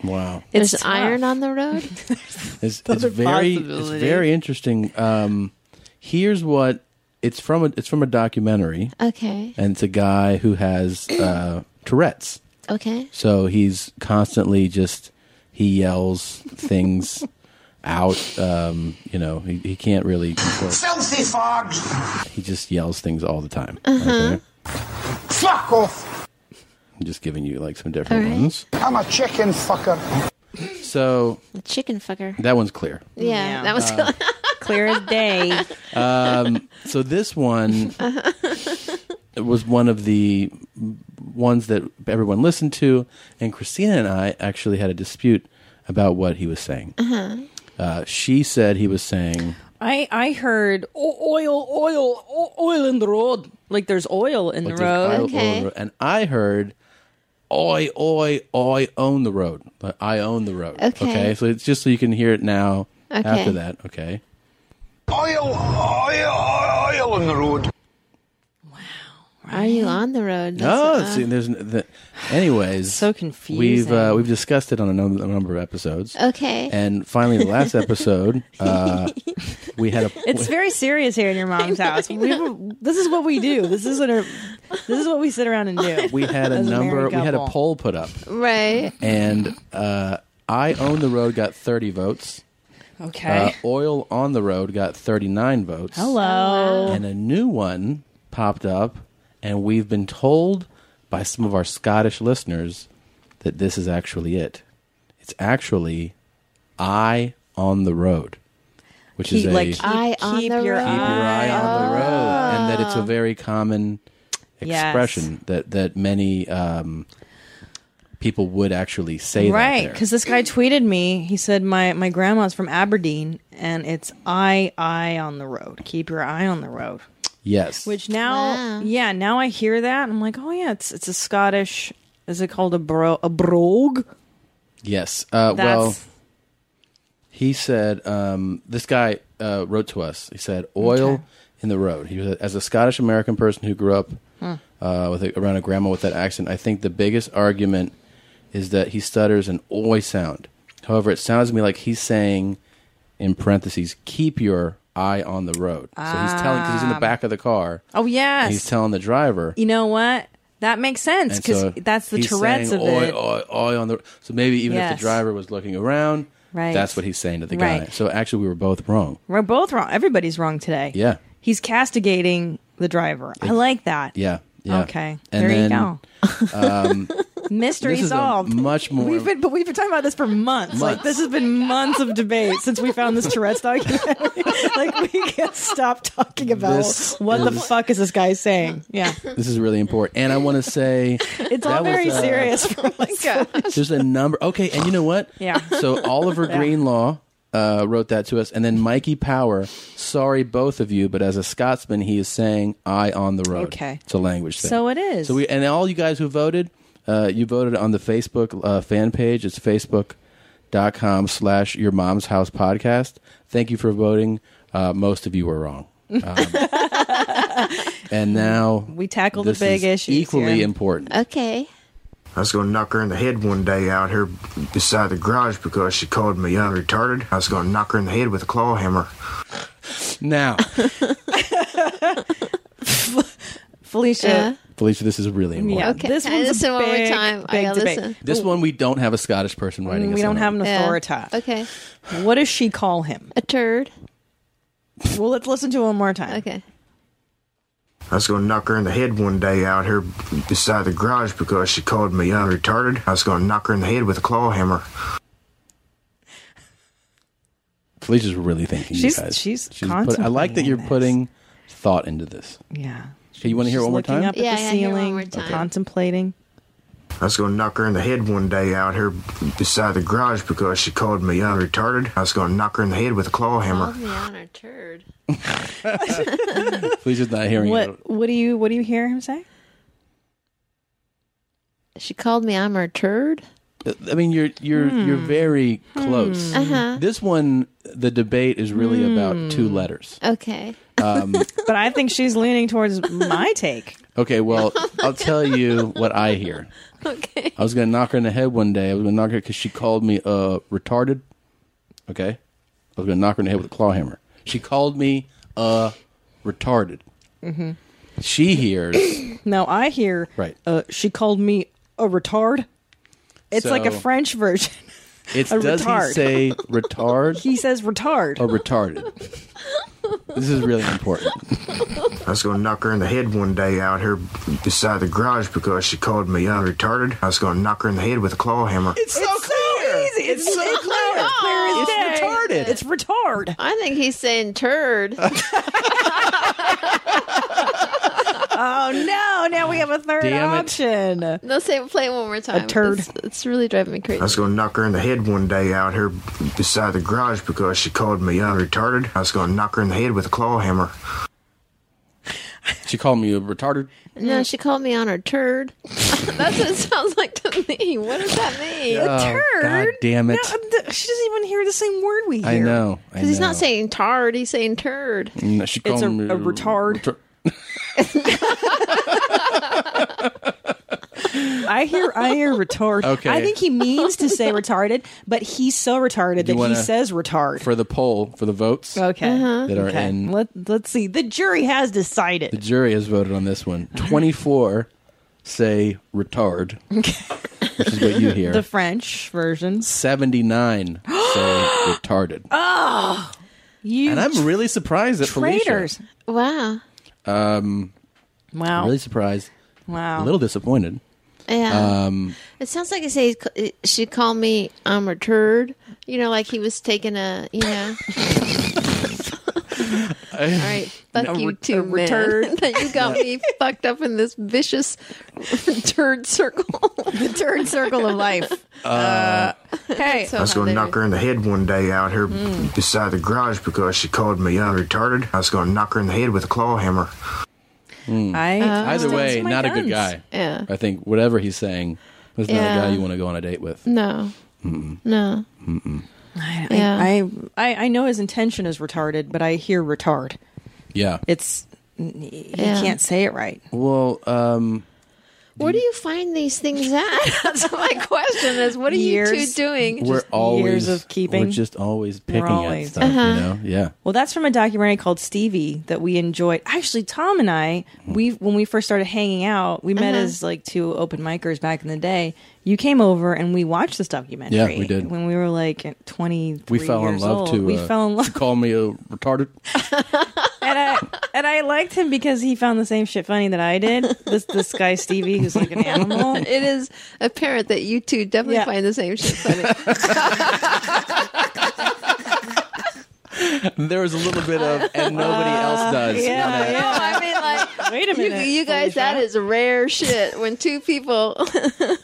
Speaker 1: Wow.
Speaker 9: There's
Speaker 2: tough.
Speaker 9: iron on the road.
Speaker 1: It's, it's very it's
Speaker 2: possibility.
Speaker 1: very interesting. Um, here's what it's from a, it's from a documentary,
Speaker 9: Okay.
Speaker 1: and it's a guy who has uh, Tourette's.
Speaker 9: Okay.
Speaker 1: So he's constantly just he yells things out. Um, you know, he, he can't really control.
Speaker 5: Filthy fogs.
Speaker 1: He just yells things all the time. Okay?
Speaker 5: Fuck off.
Speaker 1: I'm just giving you like some different
Speaker 9: All right.
Speaker 1: ones.
Speaker 5: I'm a chicken fucker.
Speaker 1: So
Speaker 9: The chicken fucker.
Speaker 1: that one's clear.
Speaker 9: Yeah,
Speaker 2: Yeah.
Speaker 9: that was
Speaker 1: Uh,
Speaker 2: Clear as day.
Speaker 1: So this one was one of the ones that everyone listened to, and Christina and I actually had a dispute about what he was saying. uh
Speaker 9: Uh-huh.
Speaker 1: she said he was saying,
Speaker 2: I I heard "O- oil, oil, o- oil in the road. Like there's oil in the
Speaker 1: like,
Speaker 2: road.
Speaker 1: "I'll
Speaker 9: Okay.
Speaker 1: own the road," and I heard, "Oi, oi, oi, own the road. Like, I own the road."
Speaker 9: Okay.
Speaker 1: So it's just so you can hear it now.
Speaker 9: Okay.
Speaker 1: After that, okay.
Speaker 5: Oil, oil, oil on the road.
Speaker 9: Are you on the road?
Speaker 1: No,
Speaker 9: That's- uh-huh.
Speaker 1: see, there's. n- The, anyways,
Speaker 2: So
Speaker 1: We've uh,
Speaker 2: confusing.
Speaker 1: we've discussed it on a number, a number of episodes,
Speaker 9: okay.
Speaker 1: and finally, the last episode, uh, we had a.
Speaker 2: It's very serious here in your mom's house. We were, this is what we do. This is what our, this is what we sit around and do.
Speaker 1: we had a
Speaker 2: as a
Speaker 1: number.
Speaker 2: married
Speaker 1: We had a
Speaker 2: couple.
Speaker 1: poll put up,
Speaker 9: right.
Speaker 1: and uh, I own the road got thirty votes.
Speaker 2: Okay.
Speaker 1: Uh, Oil on the road got thirty nine votes.
Speaker 2: Hello.
Speaker 1: and a new one popped up, and we've been told by some of our Scottish listeners that this is actually it. It's actually I on the road, which
Speaker 2: Keep,
Speaker 1: is a
Speaker 2: like,
Speaker 1: keep
Speaker 2: keep,
Speaker 1: your
Speaker 9: Eye on
Speaker 2: keep
Speaker 9: the
Speaker 2: your
Speaker 9: road.
Speaker 2: eye.
Speaker 1: eye on the road, and that it's a very common
Speaker 2: Oh. Yes.
Speaker 1: expression that that many um, people would actually say. that
Speaker 2: Right,
Speaker 1: there.
Speaker 2: because this guy tweeted me. He said my my grandma's from Aberdeen, and it's eye eye on the road. Keep your eye on the road.
Speaker 1: yes,
Speaker 2: Which now,
Speaker 9: Wow.
Speaker 2: yeah, now I hear that, and I'm like, oh yeah, it's it's a Scottish. Is it called a bro a brogue?
Speaker 1: yes, uh,
Speaker 2: That's
Speaker 1: well. he said um, this guy uh, wrote to us he said oil in the road he was a, as a scottish american person who grew up uh, with a, around a grandma with that accent i think the biggest argument is that he stutters an oi sound however it sounds to me like he's saying in parentheses keep your eye on the road so he's telling because he's in the back of the car
Speaker 2: oh
Speaker 1: and
Speaker 2: yes.
Speaker 1: he's telling the driver
Speaker 2: you know what? That makes sense
Speaker 1: and
Speaker 2: because
Speaker 1: so
Speaker 2: that's the
Speaker 1: he's
Speaker 2: Tourette's
Speaker 1: saying,
Speaker 2: of
Speaker 1: oi,
Speaker 2: it.
Speaker 1: Oi, oi on the so maybe even if
Speaker 2: Yes.
Speaker 1: the driver was looking around,
Speaker 2: Right.
Speaker 1: that's what he's saying to the
Speaker 2: Right.
Speaker 1: guy. So actually, we were both wrong.
Speaker 2: We're both wrong. Everybody's wrong today.
Speaker 1: Yeah.
Speaker 2: he's castigating the driver. I like that.
Speaker 1: Yeah. yeah.
Speaker 2: Okay.
Speaker 1: And
Speaker 2: there
Speaker 1: then, um,
Speaker 2: you go. Mystery
Speaker 1: This is a
Speaker 2: solved.
Speaker 1: much more.
Speaker 2: We've been, but we've been talking about this for months.
Speaker 1: Months.
Speaker 2: Like this has been months of debate since we found this Tourette's documentary. like we can't stop talking about
Speaker 1: This
Speaker 2: what the
Speaker 1: is-
Speaker 2: fuck is this guy saying? Yeah,
Speaker 1: this is really important, and I want to say
Speaker 2: it's
Speaker 1: That
Speaker 2: all
Speaker 1: was,
Speaker 2: very
Speaker 1: uh,
Speaker 2: serious. For like,
Speaker 1: there's a number. Okay, and you know what?
Speaker 2: Yeah.
Speaker 1: So Oliver Greenlaw. Uh, wrote that to us, and then Mikey Power. Sorry, both of you, but as a Scotsman, he is saying "I on the road."
Speaker 2: Okay.
Speaker 1: it's a language thing.
Speaker 2: So it is.
Speaker 1: So we and all you guys who voted, uh, you voted on the Facebook uh, fan page. It's facebook.com slash your mom's house podcast. Thank you for voting. Uh, most of you were wrong. Um, and now
Speaker 2: We tackled the
Speaker 1: this
Speaker 2: big
Speaker 1: is
Speaker 2: issues
Speaker 1: Equally
Speaker 2: here.
Speaker 1: important.
Speaker 9: Okay.
Speaker 5: I was gonna knock her in the head one day out here beside the garage because she called me young retarded. I was gonna knock her in the head with a claw hammer.
Speaker 1: Now,
Speaker 9: Uh,
Speaker 2: Felicia,
Speaker 1: Felicia, this is really important.
Speaker 2: yeah,
Speaker 9: Uh-huh. Okay.
Speaker 2: this
Speaker 9: Can I
Speaker 2: one's
Speaker 9: listen
Speaker 2: a
Speaker 9: one more
Speaker 2: big,
Speaker 9: time? I
Speaker 2: Big
Speaker 9: gotta
Speaker 2: debate.
Speaker 9: listen.
Speaker 1: This one we don't have a Scottish person writing.
Speaker 2: Mm, We
Speaker 1: us on
Speaker 2: don't have
Speaker 1: it.
Speaker 2: an
Speaker 9: Yeah.
Speaker 2: authority.
Speaker 9: Okay.
Speaker 2: What does she call him?
Speaker 9: A turd.
Speaker 2: Well, let's listen to it one more time.
Speaker 9: Okay.
Speaker 5: I was gonna knock her in the head one day out here beside the garage because she called me young retarded. I was gonna knock her in the head with a claw hammer.
Speaker 1: Felicia's really thinking.
Speaker 2: She's-
Speaker 1: you guys.
Speaker 2: she's
Speaker 1: put- I like that you're
Speaker 2: contemplating
Speaker 1: putting thought into this.
Speaker 2: Yeah.
Speaker 1: Okay, you want to hear it
Speaker 2: She's
Speaker 1: one more
Speaker 2: looking
Speaker 1: time?
Speaker 2: Up at
Speaker 9: Yeah,
Speaker 2: the
Speaker 9: yeah, hear it one
Speaker 2: ceiling,
Speaker 9: more time.
Speaker 2: contemplating.
Speaker 5: I was gonna knock her in the head one day out here beside the garage because she called me young retarded. I was gonna knock her in the head with a claw hammer.
Speaker 9: Called me on a turd.
Speaker 1: Felicia's not hearing it.
Speaker 2: What? What do you? What do you hear him say?
Speaker 9: She called me I'm her turd.
Speaker 1: Uh, I mean, you're you're
Speaker 2: Hmm.
Speaker 1: you're very close.
Speaker 2: Uh-huh.
Speaker 9: Uh-huh.
Speaker 1: This one, the debate is really about two
Speaker 2: Hmm.
Speaker 1: letters.
Speaker 9: Okay.
Speaker 2: But I think she's leaning towards my take.
Speaker 1: Okay, well,
Speaker 2: Oh
Speaker 1: I'll tell you what I hear.
Speaker 9: Okay.
Speaker 1: I was gonna knock her in the head one day. I was gonna knock her because she called me uh retarded. Okay, I was gonna knock her in the head with a claw hammer. She called me uh retarded.
Speaker 2: Mm-hmm.
Speaker 1: She hears
Speaker 2: Now I hear
Speaker 1: Right.
Speaker 2: Uh, she called me a retard. It's like a
Speaker 1: So-
Speaker 2: French version.
Speaker 1: it's
Speaker 2: A
Speaker 1: does
Speaker 2: retard.
Speaker 1: he say retard
Speaker 2: He says retard.
Speaker 1: or retarded? This is really important.
Speaker 5: I was gonna knock her in the head one day out here beside the garage because she called me young retarded. I was gonna knock her in the head with a claw hammer.
Speaker 1: It's so clear.
Speaker 2: Easy. It's, so clear. clear as
Speaker 1: It's
Speaker 2: day.
Speaker 1: retarded.
Speaker 2: It's retard.
Speaker 9: I think he's saying turd.
Speaker 2: Oh no! Now we have a third
Speaker 1: Damn it. Oh,
Speaker 2: option.
Speaker 9: no, say play it one more time.
Speaker 2: turd.
Speaker 9: It's, it's really driving me
Speaker 5: I was
Speaker 9: crazy.
Speaker 5: gonna knock her in the head one day out here beside the garage because she called me young retarded. I was gonna knock her in the head with a claw hammer.
Speaker 1: She called me a retarded.
Speaker 9: No, she called me on her turd. That's what it sounds like to me. What does that mean?
Speaker 1: Oh, God damn it!
Speaker 2: No, th- she doesn't even hear the same word we hear.
Speaker 1: I know. I
Speaker 9: Because he's
Speaker 1: know.
Speaker 9: not saying tard, he's saying turd.
Speaker 1: No, she
Speaker 2: It's
Speaker 1: called
Speaker 2: a-
Speaker 1: me
Speaker 2: a retard.
Speaker 1: retar-
Speaker 2: I hear I hear retard.
Speaker 1: Okay.
Speaker 2: I think he means to say retarded, but he's so retarded that
Speaker 1: wanna-
Speaker 2: he says retard.
Speaker 1: for the poll for the votes
Speaker 2: okay.
Speaker 1: that are
Speaker 2: Okay.
Speaker 1: in.
Speaker 2: Let let's see. The jury has
Speaker 1: The
Speaker 2: decided.
Speaker 1: jury has voted on this one. Twenty-four say retard, which is what you hear.
Speaker 2: The French versions.
Speaker 1: Seventy-nine say retarded,
Speaker 2: Um, You
Speaker 1: and I'm really surprised at
Speaker 2: traitors.
Speaker 9: Wow.
Speaker 2: Wow.
Speaker 1: Felicia. Really surprised.
Speaker 2: wow.
Speaker 1: A little disappointed.
Speaker 9: Yeah.
Speaker 2: Um,
Speaker 9: it sounds like he says she called me I'm a turd. You know, like he was taking a, you know. All right, fuck
Speaker 1: No,
Speaker 9: you
Speaker 1: ret-
Speaker 9: too, man.
Speaker 2: return.
Speaker 9: that you got me fucked up in this vicious turd circle, the turd circle of life.
Speaker 1: Uh,
Speaker 2: Uh, hey.
Speaker 9: So
Speaker 5: I was going to knock her in the head one day out here beside the garage because she called me young retarded. I was going to knock her in the head with a claw hammer.
Speaker 2: hmm. I
Speaker 1: Either way,
Speaker 2: my
Speaker 1: not a good
Speaker 2: guns.
Speaker 1: guy.
Speaker 9: Yeah.
Speaker 1: I think whatever he's saying was not
Speaker 9: Yeah.
Speaker 1: a guy you want to go on a date with.
Speaker 2: Mm.
Speaker 9: No, no.
Speaker 2: I,
Speaker 9: Yeah.
Speaker 2: I, I I know his intention is retarded, but I hear retard.
Speaker 1: Yeah.
Speaker 2: It's you
Speaker 9: Yeah.
Speaker 2: can't say it right.
Speaker 1: well, um,
Speaker 9: Where do you find these things at? That's my question. Is what are you two
Speaker 2: Years.
Speaker 9: doing?
Speaker 1: we're always
Speaker 2: of keeping.
Speaker 1: We're just always picking
Speaker 2: always- Uh-huh.
Speaker 1: at stuff. You know. Yeah.
Speaker 2: Well, that's from a documentary called Stevie that we enjoyed. Actually, Tom and I, we when we first started hanging out, we met
Speaker 9: Uh-huh.
Speaker 2: as like two open micers back in the day. You came over and we watched this documentary.
Speaker 1: Yeah, we did.
Speaker 2: when we were like twenty.
Speaker 1: We fell in love
Speaker 2: old.
Speaker 1: to.
Speaker 2: We
Speaker 1: uh,
Speaker 2: fell in
Speaker 1: To
Speaker 2: love,
Speaker 1: call me a retarded.
Speaker 2: and I and I liked him because he found the same shit funny that I did. This this guy Stevie, who's like an animal.
Speaker 9: It is apparent that you two definitely
Speaker 2: Yeah.
Speaker 9: find the same shit funny.
Speaker 1: there was a little bit of, and nobody else does.
Speaker 2: Uh, Yeah,
Speaker 9: No,
Speaker 2: yeah.
Speaker 9: I mean like
Speaker 2: Wait a
Speaker 9: you,
Speaker 2: minute,
Speaker 9: you guys, that is rare shit. When two people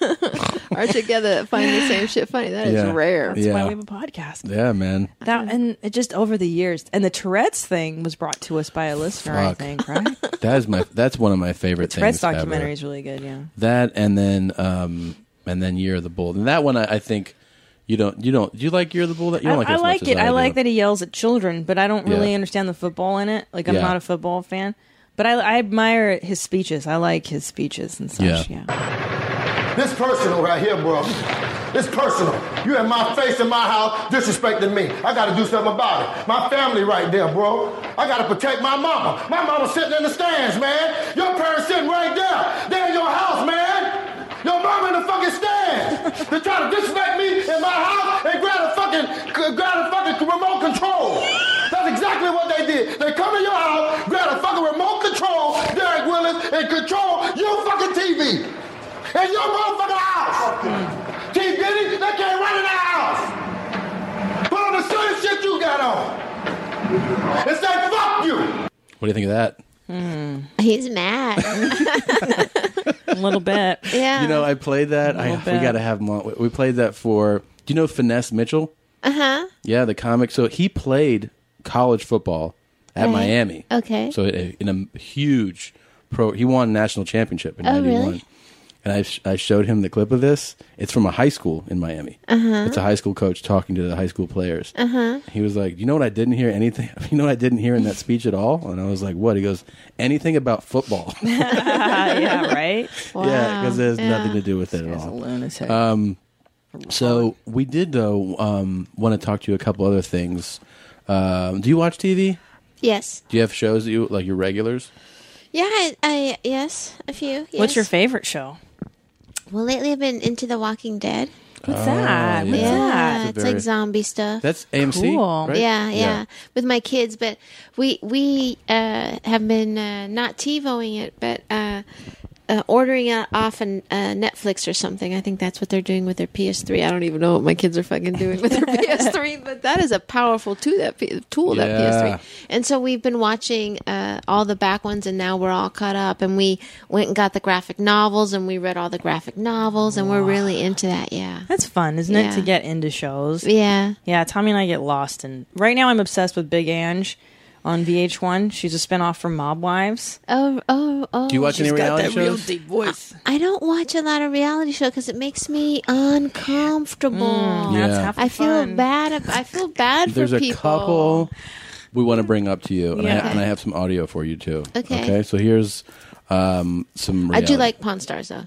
Speaker 9: are together that find the same shit funny, that is
Speaker 1: Yeah.
Speaker 9: rare.
Speaker 1: Yeah.
Speaker 2: why we have a podcast.
Speaker 1: Yeah, man.
Speaker 2: That and it just over the years, and the Tourette's thing was brought to us by a listener, I
Speaker 1: Fuck.
Speaker 2: think, right?
Speaker 1: That is my. That's one of my favorite
Speaker 2: Tourette's
Speaker 1: things. ever.
Speaker 2: documentary is really good, yeah.
Speaker 1: That and then um and then Year of the Bull. And that one I, I think you don't you don't do you like Year of the Bull? That you
Speaker 2: I,
Speaker 1: don't like
Speaker 2: I
Speaker 1: it. as much
Speaker 2: like
Speaker 1: as
Speaker 2: it. I,
Speaker 1: do.
Speaker 2: like that he yells at children, but I don't really
Speaker 1: Yeah.
Speaker 2: understand the football in it. Like I'm
Speaker 1: Yeah.
Speaker 2: not a football fan, but I, I admire his speeches. I like his speeches and such. Yeah.
Speaker 1: Yeah.
Speaker 10: This personal right here, bro. This personal. You in my face in my house disrespecting me. I gotta do something about it. My family right there, bro. I gotta protect my mama. My mama sitting in the stands, man. Your parents sitting right there. They're in your house, man. Your mama in the fucking stands. They're trying to disrespect me in my house and grab a fucking grab a fucking remote control. That's exactly what they did. They come to your house, grab a fucking remote control, Derek Willis, and control your fucking TV in your motherfucking house. T. Diddy, they can't run in the house. Put on the same shit you got on. And say, fuck you.
Speaker 1: What do you think of that?
Speaker 9: He's mad.
Speaker 2: a little bit.
Speaker 9: Yeah.
Speaker 1: You know, I played that. I
Speaker 2: little
Speaker 1: we
Speaker 2: bit.
Speaker 1: got to have him on. We played that for. Do you know Finesse Mitchell?
Speaker 9: Uh-huh.
Speaker 1: Uh huh. Yeah, the comic. So he played college football at
Speaker 9: Right.
Speaker 1: Miami.
Speaker 9: Okay.
Speaker 1: So i- in a huge pro, he won a national championship in
Speaker 9: Oh,
Speaker 1: '91.
Speaker 9: really?
Speaker 1: And I, sh- I showed him the clip of this. It's from a high school in Miami. Uh-huh. It's a high school coach talking to the high school players. Uh-huh. He was like, "You know what I didn't hear anything? You know what I didn't hear in that speech at all?" And I was like, "What?" He goes, "Anything about football."
Speaker 2: Uh, yeah, right.
Speaker 1: Yeah, because it has
Speaker 9: yeah.
Speaker 1: nothing to do with it at
Speaker 2: He's a
Speaker 1: all.
Speaker 2: lunatic.
Speaker 1: So we did though um, want to talk to you a couple other things. Um, do you watch TV?
Speaker 9: yes.
Speaker 1: Do you have shows that you like your regulars?
Speaker 9: Yeah. I, I yes. A few. Yes.
Speaker 2: What's your favorite show?
Speaker 9: Well, lately I've been into The Walking Dead.
Speaker 2: What's that? What's
Speaker 1: yeah.
Speaker 9: Yeah,
Speaker 2: that?
Speaker 1: That's a
Speaker 9: it's
Speaker 1: very-
Speaker 9: like zombie stuff.
Speaker 1: That's AMC,
Speaker 2: Cool.
Speaker 1: right?
Speaker 9: Yeah, yeah, with my kids. But we we uh, have been uh, not TiVoing it, but uh, uh, ordering it off an, uh, Netflix or something. I think that's what they're doing with their PS3. I don't even know what my kids are fucking doing with their PS3, but that is a powerful tool that P- tool that
Speaker 1: Yeah.
Speaker 9: PS3. And so we've been watching uh, all the back ones, and now we're all caught up. And we went and got the graphic novels, and we read all the graphic novels, and we're really into that. Yeah,
Speaker 2: That's fun, isn't it?
Speaker 9: Yeah.
Speaker 2: To get into shows.
Speaker 9: yeah.
Speaker 2: Yeah, Tommy and I get lost in. Right now, I'm obsessed with Big Ange, on VH1. She's a spinoff from Mob Wives.
Speaker 9: Oh, oh, oh.
Speaker 1: Do you watch any reality shows?
Speaker 9: voice. I don't watch a lot of reality show because it makes me uncomfortable.
Speaker 1: Yeah.
Speaker 2: Mm. That's half the
Speaker 9: I feel
Speaker 2: fun.
Speaker 9: bad. ab- I feel bad
Speaker 1: There's
Speaker 9: for
Speaker 1: a
Speaker 9: people.
Speaker 1: couple we want to bring up to you, and, I,
Speaker 2: Yeah.
Speaker 1: and I have some audio for you too.
Speaker 9: Okay.
Speaker 1: so here's um, some.
Speaker 9: I
Speaker 1: Reality.
Speaker 9: do like Pawn Stars though.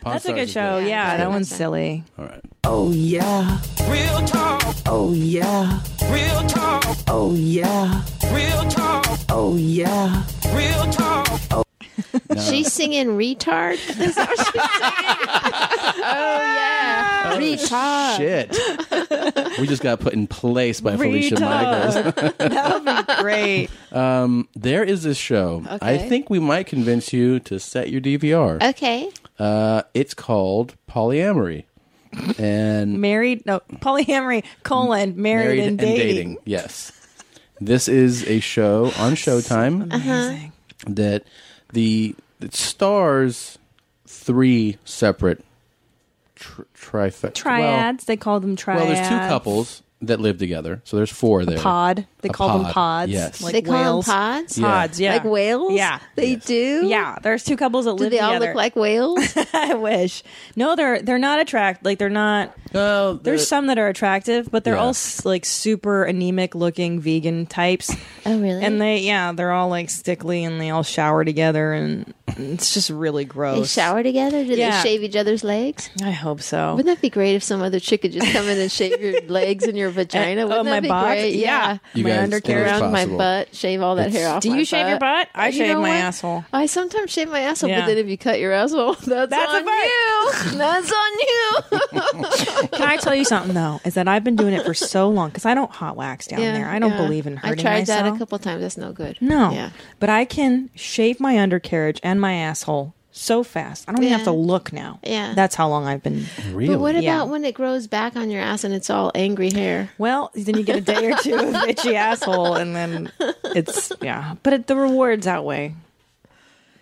Speaker 1: Pawn
Speaker 2: That's a
Speaker 1: Stars
Speaker 2: good
Speaker 1: is
Speaker 2: show. Yeah,
Speaker 9: Yeah,
Speaker 2: that
Speaker 9: I
Speaker 2: one's
Speaker 9: like that.
Speaker 2: silly.
Speaker 1: All right.
Speaker 6: Oh yeah. Real talk. Oh yeah. Real talk. Oh yeah. Real talk. Oh yeah. Real talk.
Speaker 9: She's singing retard. Is that what she's singing? oh yeah, retard.
Speaker 1: Shit. we just got put in place by Felicia Michaels.
Speaker 2: that would be great.
Speaker 1: There is this show. I
Speaker 9: Okay.
Speaker 1: think we might convince you to set your DVR.
Speaker 9: Okay,
Speaker 1: Uh, it's called Polyamory. And
Speaker 2: Married, no, polyamory, colon, married, and, dating.
Speaker 1: Yes. This is a show on Showtime
Speaker 2: Amazing.
Speaker 1: that the it stars three separate tr- trifecta.
Speaker 2: Triads, they call them
Speaker 1: Well,
Speaker 2: triads.
Speaker 1: well, there's two couples that live together. So there's four there.
Speaker 2: Pod, they
Speaker 1: A
Speaker 2: call them
Speaker 1: pod,
Speaker 2: pods.
Speaker 1: yes.
Speaker 2: Like
Speaker 9: they call
Speaker 2: whales.
Speaker 9: them pods.
Speaker 1: Yeah.
Speaker 2: Pods, yeah.
Speaker 9: Like whales?
Speaker 2: Yeah.
Speaker 9: They do?
Speaker 2: Yeah, there's two couples that
Speaker 9: Do
Speaker 2: live
Speaker 9: they all
Speaker 2: together.
Speaker 9: look like whales?
Speaker 2: I wish. No, they're they're not attract like they're not
Speaker 1: Well,
Speaker 2: There's
Speaker 1: the-
Speaker 2: some that are attractive, but they're
Speaker 1: Yeah.
Speaker 2: all s- like super anemic looking vegan types.
Speaker 9: oh really?
Speaker 2: And they, yeah, they're all like stickly and they all shower together and it's just really
Speaker 9: They
Speaker 2: gross.
Speaker 9: shower together? Do
Speaker 2: Yeah.
Speaker 9: they shave each other's legs?
Speaker 2: I hope so.
Speaker 9: Wouldn't that be great if some other chick could just come in and shave your legs and your vagina?
Speaker 2: oh,
Speaker 9: Wouldn't
Speaker 2: my
Speaker 9: that be
Speaker 2: butt?
Speaker 9: great?
Speaker 2: Yeah.
Speaker 1: You
Speaker 2: my
Speaker 1: guys-
Speaker 2: undercarriage.
Speaker 1: It's
Speaker 9: Around my
Speaker 1: possible.
Speaker 9: butt, shave all that hair off.
Speaker 2: Do
Speaker 9: my
Speaker 2: you shave your butt? I
Speaker 9: You
Speaker 2: shave
Speaker 9: know
Speaker 2: my
Speaker 9: what?
Speaker 2: asshole.
Speaker 9: I sometimes shave my asshole,
Speaker 2: Yeah.
Speaker 9: but then if you cut your asshole, that's,
Speaker 2: That's a
Speaker 9: on you. That's on you.
Speaker 2: Can I tell you something though? Is that I've been doing it for so long because I don't hot wax down
Speaker 9: Yeah,
Speaker 2: there. I don't
Speaker 9: yeah.
Speaker 2: believe in hurting
Speaker 9: I tried
Speaker 2: myself.
Speaker 9: that a couple times. That's no good.
Speaker 2: No,
Speaker 9: Yeah.
Speaker 2: but I can shave my undercarriage and my asshole so fast. I don't even
Speaker 9: Yeah.
Speaker 2: have to look now.
Speaker 9: Yeah.
Speaker 2: that's how long I've been.
Speaker 1: Really?
Speaker 9: But what about
Speaker 2: Yeah.
Speaker 9: when it grows back on your ass and it's all angry hair?
Speaker 2: Well, then you get a day or two of itchy asshole, and then it's yeah. But it, the rewards outweigh.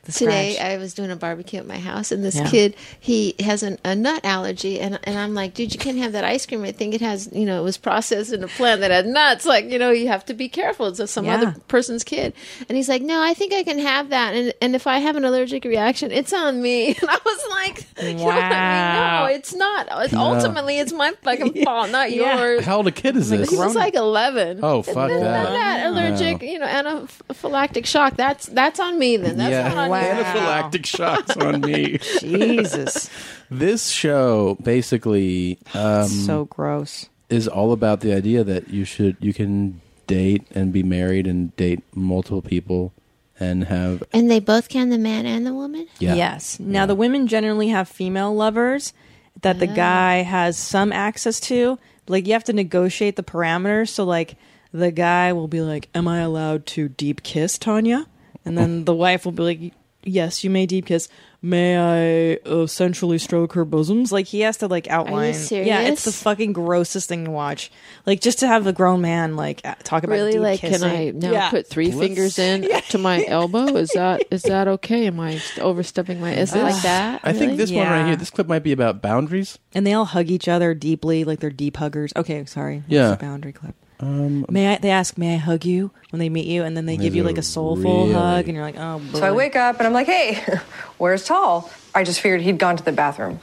Speaker 2: The
Speaker 9: Today
Speaker 2: scratch.
Speaker 9: I was doing a barbecue at my house, and this
Speaker 2: Yeah.
Speaker 9: kid he has an, a nut allergy, and and I'm like, dude, you can't have that ice cream. I think it has, you know, it was processed in a plant that had nuts. Like, you know, you have to be careful. It's some
Speaker 2: Yeah.
Speaker 9: other person's kid. And he's like, no, I think I can have that, and and if I have an allergic reaction, it's on me. And I was like, you know what I
Speaker 2: Wow.
Speaker 9: mean? No, it's not. It's, Ultimately, it's my fucking fault, not
Speaker 2: Yeah.
Speaker 9: yours.
Speaker 1: How old a kid is this?
Speaker 9: He was like 11.
Speaker 1: Oh, fuck
Speaker 9: Isn't
Speaker 1: that.
Speaker 9: allergic,
Speaker 1: No.
Speaker 9: you know, anaphylactic shock. That's that's on me then. That's
Speaker 1: yeah,
Speaker 9: not on you.
Speaker 1: anaphylactic shocks on me.
Speaker 2: Jesus,
Speaker 1: This show basically uh,
Speaker 2: so gross.
Speaker 1: is all about the idea that you should you can date and be married and date multiple people and have
Speaker 9: And they both can, the man and the woman?
Speaker 1: yeah.
Speaker 2: Yes. Now the women generally have female lovers that the guy has some access to. Like you have to negotiate the parameters. So like the guy will be like, "Am I allowed to deep kiss Tanya?" And
Speaker 1: Oh.
Speaker 2: then the wife will be like, "Yes, you may deep kiss. May I uh, sensually stroke her bosoms?" Like he has to like outline. Yeah, it's
Speaker 9: serious?
Speaker 2: the fucking grossest thing to watch. Like just to have a grown man like a- talk about
Speaker 9: Really?
Speaker 2: deep
Speaker 9: Like,
Speaker 2: kissing.
Speaker 9: can I now
Speaker 2: Yeah.
Speaker 9: put 3 fingers in to my elbow? Is that is that okay? Am I overstepping my? Is it like that?
Speaker 1: I think this one right
Speaker 2: Yeah.
Speaker 1: here, this clip might be about boundaries.
Speaker 2: And they all hug each other deeply, like they're deep huggers. Okay, sorry. This
Speaker 1: Yeah.
Speaker 2: is a boundary clip. may I? They ask, "May I hug you?" when they meet you, and then they give you like a soulful
Speaker 1: really-
Speaker 2: hug, and you're like, "Oh." Boy.
Speaker 6: So I wake up and I'm like, hey, where's Tall? I just figured he'd gone to the bathroom.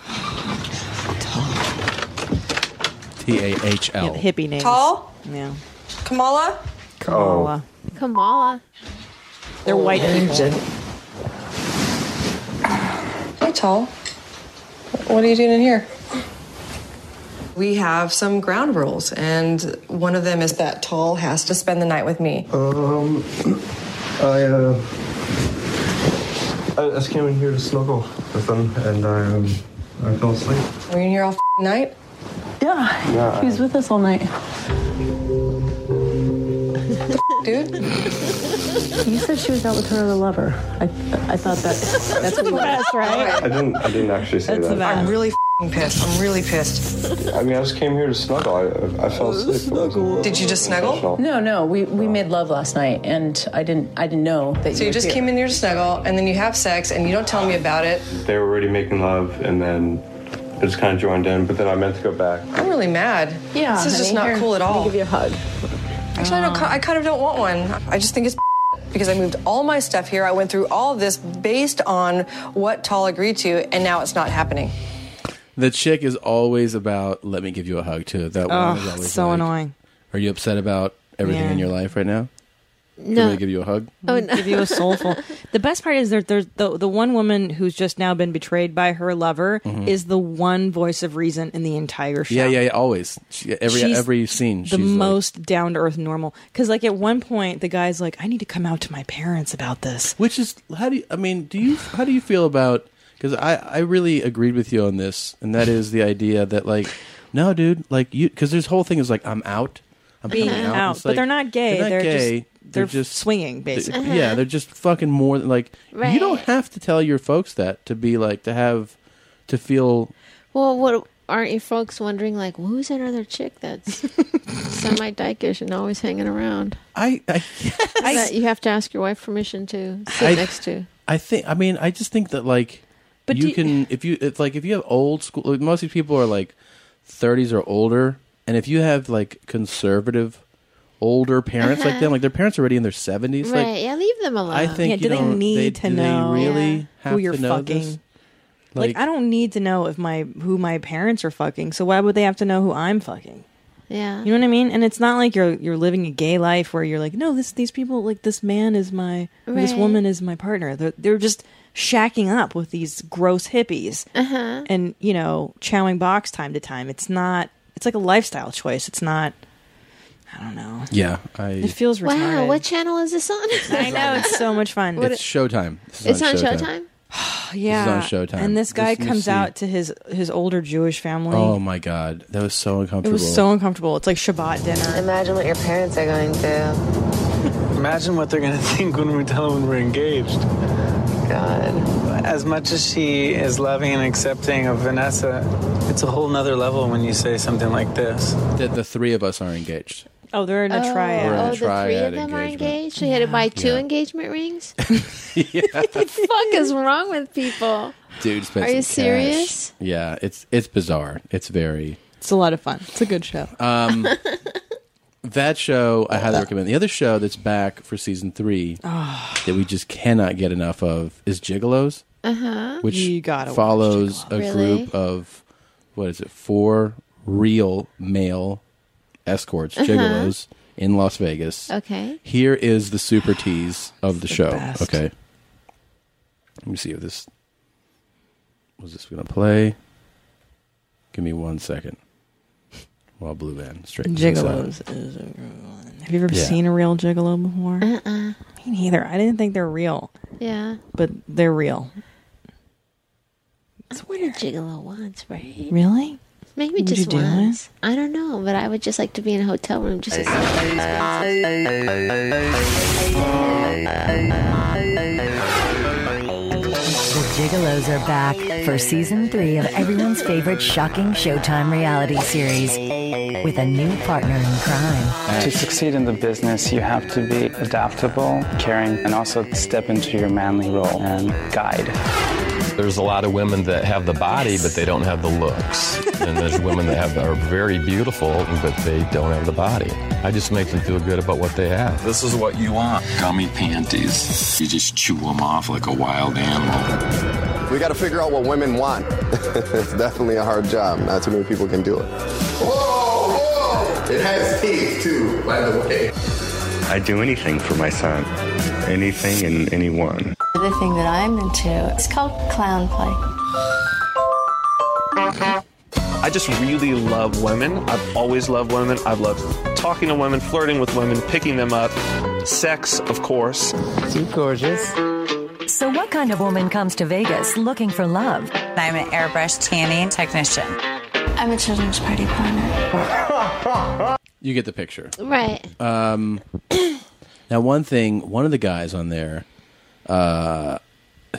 Speaker 1: T A H
Speaker 2: Yeah,
Speaker 1: L.
Speaker 2: hippie names.
Speaker 6: Tall?
Speaker 2: Yeah.
Speaker 6: Kamala?
Speaker 2: Kamala.
Speaker 9: Kamala.
Speaker 2: They're white people.
Speaker 6: Hey, Tall. What are you doing in here? We have some ground rules, and one of them is that Tall has to spend the night with me.
Speaker 5: Um, I, uh, I just came in here to snuggle with him, and I, um, I fell asleep.
Speaker 6: Were you in here all fing night?
Speaker 5: Yeah, I-
Speaker 11: with us all night.
Speaker 6: Dude,
Speaker 11: You said she was out with her other lover. I, I thought that that's what you
Speaker 2: That's right.
Speaker 5: I didn't. I didn't actually say
Speaker 2: That's the
Speaker 5: that.
Speaker 2: best.
Speaker 6: I'm really fing pissed. I'm really pissed.
Speaker 5: I mean, I just came here to snuggle. I, I fell asleep. Snuggle.
Speaker 6: Did you just snuggle?
Speaker 11: Uh, No, no, we, we made love last night, and I didn't I didn't know that.
Speaker 6: So you just came in here to snuggle, and then you have sex, and you don't tell me about it.
Speaker 5: They were already making love, and then I just kind of joined in. But then I meant to go back.
Speaker 6: I'm really mad.
Speaker 11: Yeah,
Speaker 6: this is just not cool at all.
Speaker 11: Give you a hug.
Speaker 6: Actually, I, don't, ki- I kind of don't want one. I just think it's because I moved all my stuff here. I went through all this based on what Tall agreed to, and now it's not happening.
Speaker 1: The chick is always about let me give you a hug too. That one is
Speaker 2: Ugh,
Speaker 1: always
Speaker 2: so
Speaker 1: like,
Speaker 2: annoying.
Speaker 1: Are you upset about everything
Speaker 2: Yeah.
Speaker 1: in your life right now? Can we give you a hug?
Speaker 2: Oh, give you a soulful. The best part is that there's the the one woman who's just now been betrayed by her lover
Speaker 1: Mhm.
Speaker 2: is the one voice of reason in the entire show.
Speaker 1: Yeah, yeah, yeah. Always. She, every
Speaker 2: She's
Speaker 1: every scene.
Speaker 2: the
Speaker 1: she's like-
Speaker 2: most down to earth normal. Because like at one point, the guy's like, "I need to come out to my parents about this,"
Speaker 1: which is how do you, I mean? Do you how do you feel about? Because I I really agreed with you on this, and that is the idea that like, no, dude, like you because this whole thing is like I'm out. I'm
Speaker 2: being
Speaker 1: coming
Speaker 2: out,
Speaker 1: out. It's
Speaker 2: but
Speaker 1: like,
Speaker 2: they're not gay.
Speaker 1: They're not gay.
Speaker 2: just they're, just swinging
Speaker 1: they-
Speaker 2: basically.
Speaker 1: Yeah, they're just fucking more than like you don't
Speaker 9: Right.
Speaker 1: have to tell your folks that to be like to have to feel
Speaker 9: Well, what aren't you folks wondering? Like, who's that other chick that's semi dykish and always hanging around?
Speaker 1: I, I
Speaker 9: that you have to ask your wife permission to sit
Speaker 1: I-
Speaker 9: next to.
Speaker 1: I think. I mean, I just think that like,
Speaker 9: But
Speaker 1: you
Speaker 9: do-
Speaker 1: can if you it's like if you have old school. Like, most of these people are like thirties or older, and if you have like conservative, older parents like
Speaker 9: Uh-huh.
Speaker 1: them, like their parents are already in their seventies.
Speaker 9: right?
Speaker 1: Like,
Speaker 9: yeah, leave them alone.
Speaker 1: I think you don't- do they really have
Speaker 2: who you're
Speaker 1: to know
Speaker 2: fucking?
Speaker 1: This?
Speaker 2: Like,
Speaker 1: Like,
Speaker 2: I don't need to know if my who my parents are fucking. So why would they have to know who I'm fucking?
Speaker 9: Yeah.
Speaker 2: You know what I mean? And it's not like you're you're living a gay life where you're like, no, this these people like this man is my or this
Speaker 9: Right.
Speaker 2: woman is my partner. They're they're just shacking up with these gross hippies
Speaker 9: Uh-huh.
Speaker 2: and you know chowing box time to time. It's not. It's like a lifestyle choice. It's not. I don't know.
Speaker 1: yeah, I.
Speaker 2: It feels retarded.
Speaker 9: Wow, what channel is this on?
Speaker 2: I know it's so much fun.
Speaker 9: What
Speaker 1: It's Showtime. This is
Speaker 9: It's on Showtime.
Speaker 2: yeah,
Speaker 1: This is on Showtime.
Speaker 2: And this guy
Speaker 1: This you
Speaker 2: comes
Speaker 1: see-
Speaker 2: out to his his older Jewish family.
Speaker 1: Oh my god, that was so
Speaker 2: it
Speaker 1: uncomfortable.
Speaker 2: was so uncomfortable. It's like Shabbat dinner.
Speaker 12: Imagine what your parents are going through.
Speaker 13: Imagine what they're gonna think when we tell them we're engaged. God. As much as she is loving and accepting of Vanessa, it's a whole nother level when you say something like this.
Speaker 1: that the three of us are engaged.
Speaker 2: Oh, they're in a triad.
Speaker 1: We're in a
Speaker 9: Oh, the three
Speaker 1: triad
Speaker 9: of them are
Speaker 1: engagement.
Speaker 9: engaged. She had to buy two
Speaker 1: Yeah.
Speaker 9: engagement rings. what the fuck is wrong with people?
Speaker 1: Dude, spent
Speaker 9: Are you
Speaker 1: some cash.
Speaker 9: serious?
Speaker 1: Yeah, it's it's bizarre. It's very.
Speaker 2: It's a lot of fun. It's a good show.
Speaker 1: Um, that show I highly recommend. The other show that's back for season three
Speaker 2: Ah.
Speaker 1: that we just cannot get enough of is Gigolos,
Speaker 9: Uh-huh.
Speaker 1: which
Speaker 2: You gotta watch
Speaker 1: follows a
Speaker 9: Gigolos. Really?
Speaker 1: group of what is it? Four real male escorts,
Speaker 9: Uh-huh.
Speaker 1: Gigolos, in Las Vegas.
Speaker 9: Okay.
Speaker 1: Here is the super tease of the, show.
Speaker 9: best.
Speaker 1: Okay. Let me see if this was this gonna play. Give me one second. While Blue Van straight
Speaker 2: Gigolos is a Have you ever
Speaker 1: Yeah.
Speaker 2: seen a real gigolo before?
Speaker 9: Uh-uh.
Speaker 2: Me neither. I didn't think they're real,
Speaker 9: Yeah.
Speaker 2: but they're real. It's
Speaker 9: weird. Gigolo once, right?
Speaker 2: Really?
Speaker 9: Maybe
Speaker 2: Would you
Speaker 9: just
Speaker 2: do it?
Speaker 9: once. I don't know, but I would just like to be in a hotel room just as
Speaker 14: The Gigolos are back for season three of everyone's favorite shocking Showtime reality series with a new partner in crime.
Speaker 13: To succeed in the business, you have to be adaptable, caring, and also step into your manly role and guide.
Speaker 15: There's a lot of women that have the body, but they don't have the looks. And there's women that have are very beautiful, but they don't have the body. I just make them feel good about what they have. This is what you want.
Speaker 16: Gummy panties. You just chew them off like a wild animal.
Speaker 17: We got to figure out what women want. it's definitely a hard job. Not too many people can do it.
Speaker 18: It has teeth too, by the way. I do anything for my son, anything and anyone.
Speaker 19: The thing that I'm into is called clown play.
Speaker 20: I just really love women. I've always loved women. I've loved talking to women, flirting with women, picking them up. Sex, of course.
Speaker 14: You gorgeous. So, what kind of woman comes to Vegas looking for love?
Speaker 21: I'm an airbrush tanning technician.
Speaker 19: I'm a children's party planner.
Speaker 1: You get the picture.
Speaker 9: Right.
Speaker 1: Um, now, one thing, one of the guys on there, uh,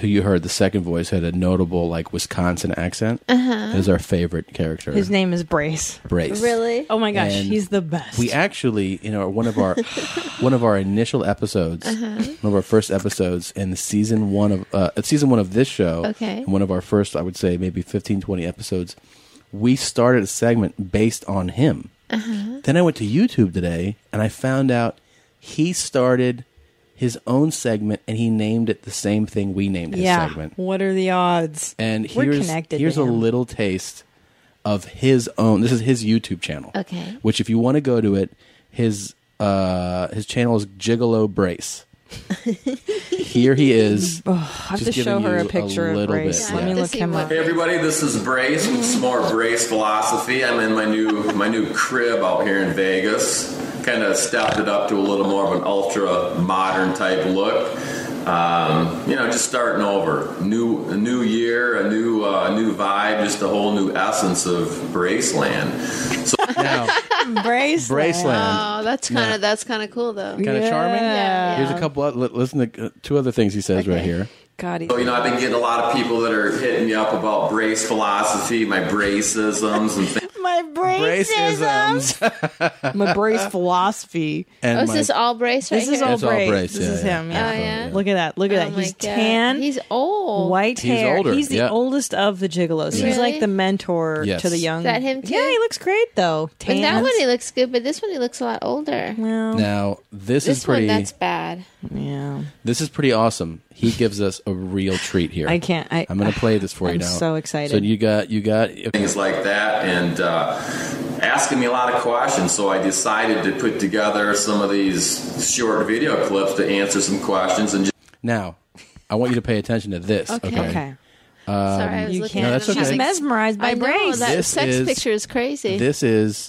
Speaker 1: who you heard the second voice had a notable like Wisconsin accent.
Speaker 2: Uh-huh.
Speaker 1: Is our favorite character.
Speaker 2: His name is Brace.
Speaker 1: Brace.
Speaker 2: Really? Oh my gosh,
Speaker 1: And
Speaker 2: he's the best.
Speaker 1: We actually, you know, one of our one of our initial episodes,
Speaker 2: Uh-huh.
Speaker 1: one of our first episodes in season one of uh, season one of this show.
Speaker 9: Okay.
Speaker 1: and one of our first, I would say, maybe 15, 20 episodes. we started a segment based on him.
Speaker 9: Uh-huh.
Speaker 1: Then I went to YouTube today and I found out he started his own segment and he named it the same thing we named his
Speaker 2: yeah.
Speaker 1: segment.
Speaker 2: What are the odds?
Speaker 1: And
Speaker 2: we're
Speaker 1: here's
Speaker 2: connected.
Speaker 1: here's
Speaker 2: to
Speaker 1: a
Speaker 2: him.
Speaker 1: little taste of his own. This is his YouTube channel.
Speaker 2: Okay.
Speaker 1: Which, if you want to go to it, his uh his channel is Gigolo Brace. Here he is.
Speaker 2: Oh, I have
Speaker 1: just
Speaker 2: to show
Speaker 1: giving
Speaker 2: her a
Speaker 1: you
Speaker 2: picture of
Speaker 1: little
Speaker 2: Grace.
Speaker 1: bit,
Speaker 2: Let
Speaker 1: yeah.
Speaker 2: me look him up.
Speaker 3: Hey everybody, this is Brace with some more Brace philosophy. I'm in my new my new crib out here in Vegas. Kind of stepped it up to a little more of an ultra modern type look. Um, you know, just starting over, new a new year, a new uh, new vibe, just a whole new essence of Braceland. So
Speaker 2: Braceland.
Speaker 1: Braceland.
Speaker 9: Oh, that's
Speaker 1: No.
Speaker 9: kind of that's kind of cool though.
Speaker 1: Kinda charming?
Speaker 9: Yeah.
Speaker 1: Here's a couple. Of, li- listen to uh, two other things he says right here.
Speaker 2: God,
Speaker 3: So, you know, I've been getting a lot of people that are hitting me up about brace philosophy, my bracisms, and things.
Speaker 2: My braces.
Speaker 1: um,
Speaker 2: my brace philosophy.
Speaker 3: And
Speaker 9: oh, is
Speaker 3: my-
Speaker 9: this all brace right
Speaker 2: This is
Speaker 9: here?
Speaker 2: all brace. This is him. Yeah.
Speaker 9: Oh yeah.
Speaker 2: Look at that. Look at that.
Speaker 9: my
Speaker 2: He's
Speaker 9: God.
Speaker 2: tan. He's
Speaker 9: old.
Speaker 2: White
Speaker 1: He's
Speaker 2: hair.
Speaker 1: older,
Speaker 2: He's the
Speaker 1: yeah.
Speaker 2: oldest of the gigolos.
Speaker 1: Yeah.
Speaker 2: He's like
Speaker 9: Really?
Speaker 2: the mentor
Speaker 1: Yes.
Speaker 2: to the young.
Speaker 9: Is that him too?
Speaker 2: Yeah, he looks great though.
Speaker 9: But
Speaker 2: Tan.
Speaker 9: that one he looks good, but this one he looks a lot older.
Speaker 2: Well,
Speaker 1: Now this, is
Speaker 9: one
Speaker 1: pretty.
Speaker 9: that's bad.
Speaker 2: Yeah.
Speaker 1: This is pretty awesome. He gives us a real treat here.
Speaker 2: I can't- I-
Speaker 1: am going to play this for you
Speaker 2: I'm
Speaker 1: now.
Speaker 2: so excited.
Speaker 1: So you got you got
Speaker 3: things like that and uh, asking me a lot of questions. So I decided to put together some of these short video clips to answer some questions and just.
Speaker 1: Now, I want you to pay attention to this.
Speaker 3: Okay.
Speaker 1: Okay.
Speaker 3: Okay.
Speaker 1: Um,
Speaker 9: Sorry, I was looking
Speaker 1: No,
Speaker 9: at
Speaker 1: that's
Speaker 9: him.
Speaker 1: okay.
Speaker 9: She's
Speaker 2: mesmerized by
Speaker 9: I know,
Speaker 2: brace.
Speaker 9: That
Speaker 1: This
Speaker 9: sex
Speaker 1: is-
Speaker 9: picture is crazy.
Speaker 1: This is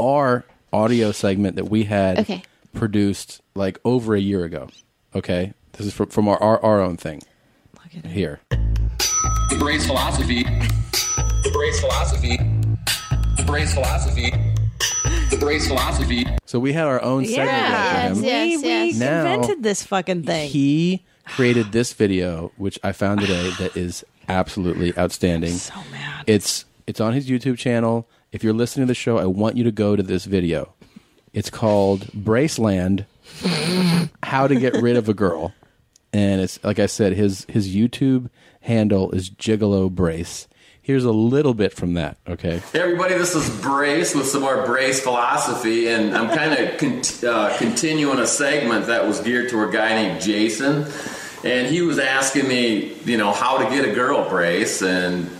Speaker 1: our audio segment that we had
Speaker 9: Okay.
Speaker 1: produced like over a year ago. Okay, this is from, from our, our our own thing. Here,
Speaker 16: The Brace philosophy. The Brace philosophy. The Brace philosophy. The Brace philosophy.
Speaker 1: so we had our own segment. for
Speaker 2: yeah.
Speaker 1: him.
Speaker 2: we we
Speaker 1: yes. Now-
Speaker 2: invented this fucking thing.
Speaker 1: He created this video, which I found today, that is absolutely outstanding. so mad. It's it's on his YouTube channel. If you're listening to the show, I want you to go to this video. It's called Braceland: How to Get Rid of a Girl, and it's like I said, his his YouTube handle is Gigolo Brace. Here's a little bit from that. Okay.
Speaker 3: Hey everybody, this is Brace with some more Brace philosophy, and I'm kind of con- uh, continuing a segment that was geared to a guy named Jason, and he was asking me, you know, how to get a girl brace, and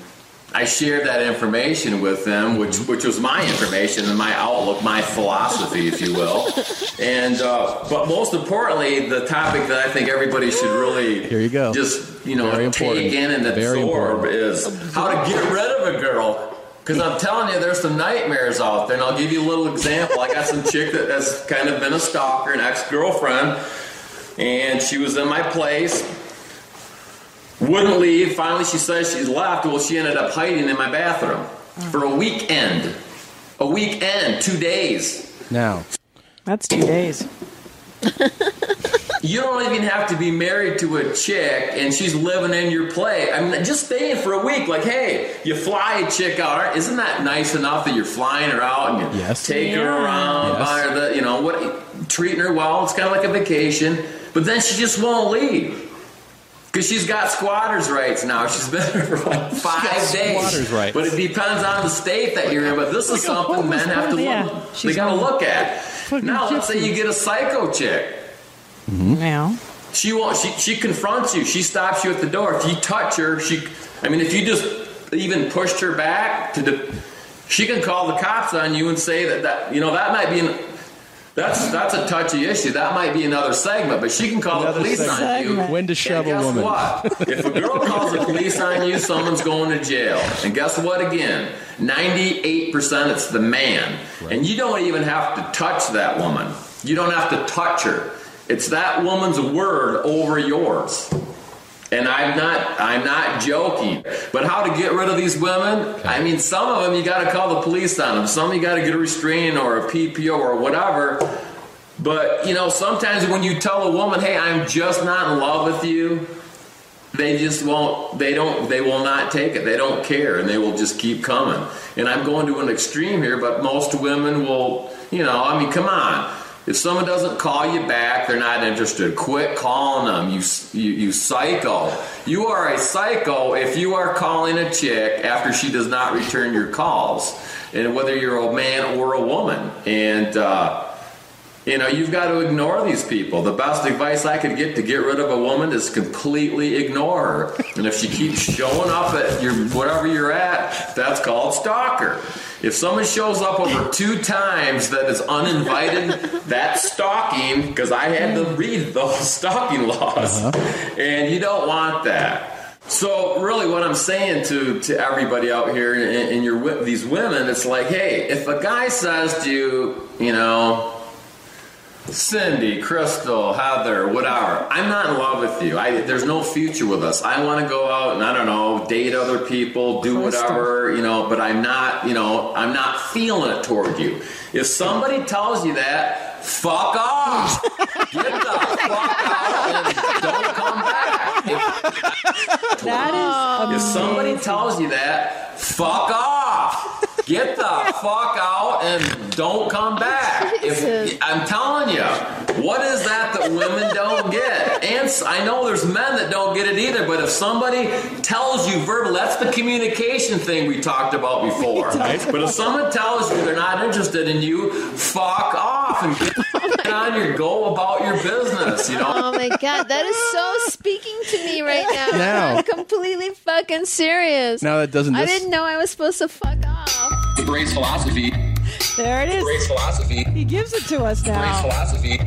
Speaker 3: I shared that information with him, which
Speaker 1: Mm-hmm.
Speaker 3: which was my information and my outlook, my philosophy, if you will, and uh, but most importantly, the topic that I think everybody should really
Speaker 1: Here you go.
Speaker 3: just you know
Speaker 1: Very important.
Speaker 3: take in and
Speaker 1: Very
Speaker 3: absorb
Speaker 1: important.
Speaker 3: is how to get rid of a girl. Because I'm telling you, there's some nightmares out there, and I'll give you a little example. I got some chick that has kind of been a stalker, an ex-girlfriend, and she was in my place. Wouldn't leave. Finally, she says she's left. Well, she ended up hiding in my bathroom for a weekend. A weekend, two days.
Speaker 1: Now,
Speaker 2: That's two days.
Speaker 3: You don't even have to be married to a chick and she's living in your play. I mean, just staying for a week. Like, hey, you fly a chick out. aren't- Isn't that nice enough that you're flying her out and you take her
Speaker 22: Yeah.
Speaker 3: around,
Speaker 22: Yes.
Speaker 3: buy her the, you know, what, treating her well. It's kind of like a vacation. But then she just won't leave because she's got squatters' rights now. She's been there for like five days.
Speaker 1: squatters' rights.
Speaker 3: But it depends on the state that you're in. But this is
Speaker 1: Like a
Speaker 3: something
Speaker 1: homeless
Speaker 3: men have to
Speaker 1: woman, yeah.
Speaker 3: look. They
Speaker 1: She's
Speaker 3: got to
Speaker 1: homeless.
Speaker 3: look at. Now, let's say you get a psycho chick.
Speaker 2: Now.
Speaker 3: She won't. She, she confronts you. She stops you at the door. If you touch her, she. I mean, if you just even pushed her back to the, she can call the cops on you and say that that you know that might be an. That's that's a touchy issue. That might be another segment, but she can call
Speaker 1: Another
Speaker 3: the police on
Speaker 1: segment.
Speaker 3: you.
Speaker 1: When to shove
Speaker 3: and
Speaker 1: a
Speaker 3: guess
Speaker 1: woman.
Speaker 3: What? If a girl calls the police on you, someone's going to jail. And guess what? Again, ninety-eight percent it's the man, and you don't even have to touch that woman. You don't have to touch her. It's that woman's word over yours. And I'm not I'm not joking. But how to get rid of these women? I mean, some of them you got to call the police on them. Some you got to get a restraining or a PPO or whatever. But you know, sometimes when you tell a woman, "Hey, I'm just not in love with you," they just won't. They don't. They will not take it. They don't care, and they will just keep coming. And I'm going to an extreme here, but most women will. You know, I mean, come on. If someone doesn't call you back, they're not interested. Quit calling them. You, you you psycho. You are a psycho if you are calling a chick after she does not return your calls, and whether you're a man or a woman. And uh, you know you've got to ignore these people. The best advice I could get to get rid of a woman is completely ignore her. And if she keeps showing up at your whatever you're at, that's called stalker. If someone shows up over two times that is uninvited, that's stalking because I had to read those stalking laws. And you don't want that. So really what I'm saying to, to everybody out here and, and your wi- these women, it's like, hey, if a guy says to you, you know, Cindy, Crystal, Heather, whatever. I'm not in love with you. I, there's no future with us. I want to go out and I don't know, date other people, do whatever, you know. But I'm not, you know, I'm not feeling it toward you. If somebody tells you that, fuck off.
Speaker 2: That
Speaker 9: Oh.
Speaker 3: If
Speaker 2: is amazing.
Speaker 3: somebody tells you that, fuck off. Get the fuck out and don't come back. If, I'm telling you, what is that that women don't get? And s- I know there's men that don't get it either, but if somebody tells you verbal, that's the communication thing we talked about before. But if someone tells you they're not interested in you, fuck off and get on your go about your business, you know?
Speaker 9: Oh my god, that is so speaking to me right now.
Speaker 1: Now.
Speaker 9: I'm completely fucking serious.
Speaker 1: Now that doesn't
Speaker 9: I
Speaker 1: this-
Speaker 9: didn't know I was supposed to fuck off.
Speaker 16: The Brace philosophy.
Speaker 2: oh, There it is.
Speaker 16: Brace philosophy.
Speaker 2: He gives it to us
Speaker 16: Brace
Speaker 2: now.
Speaker 16: philosophy.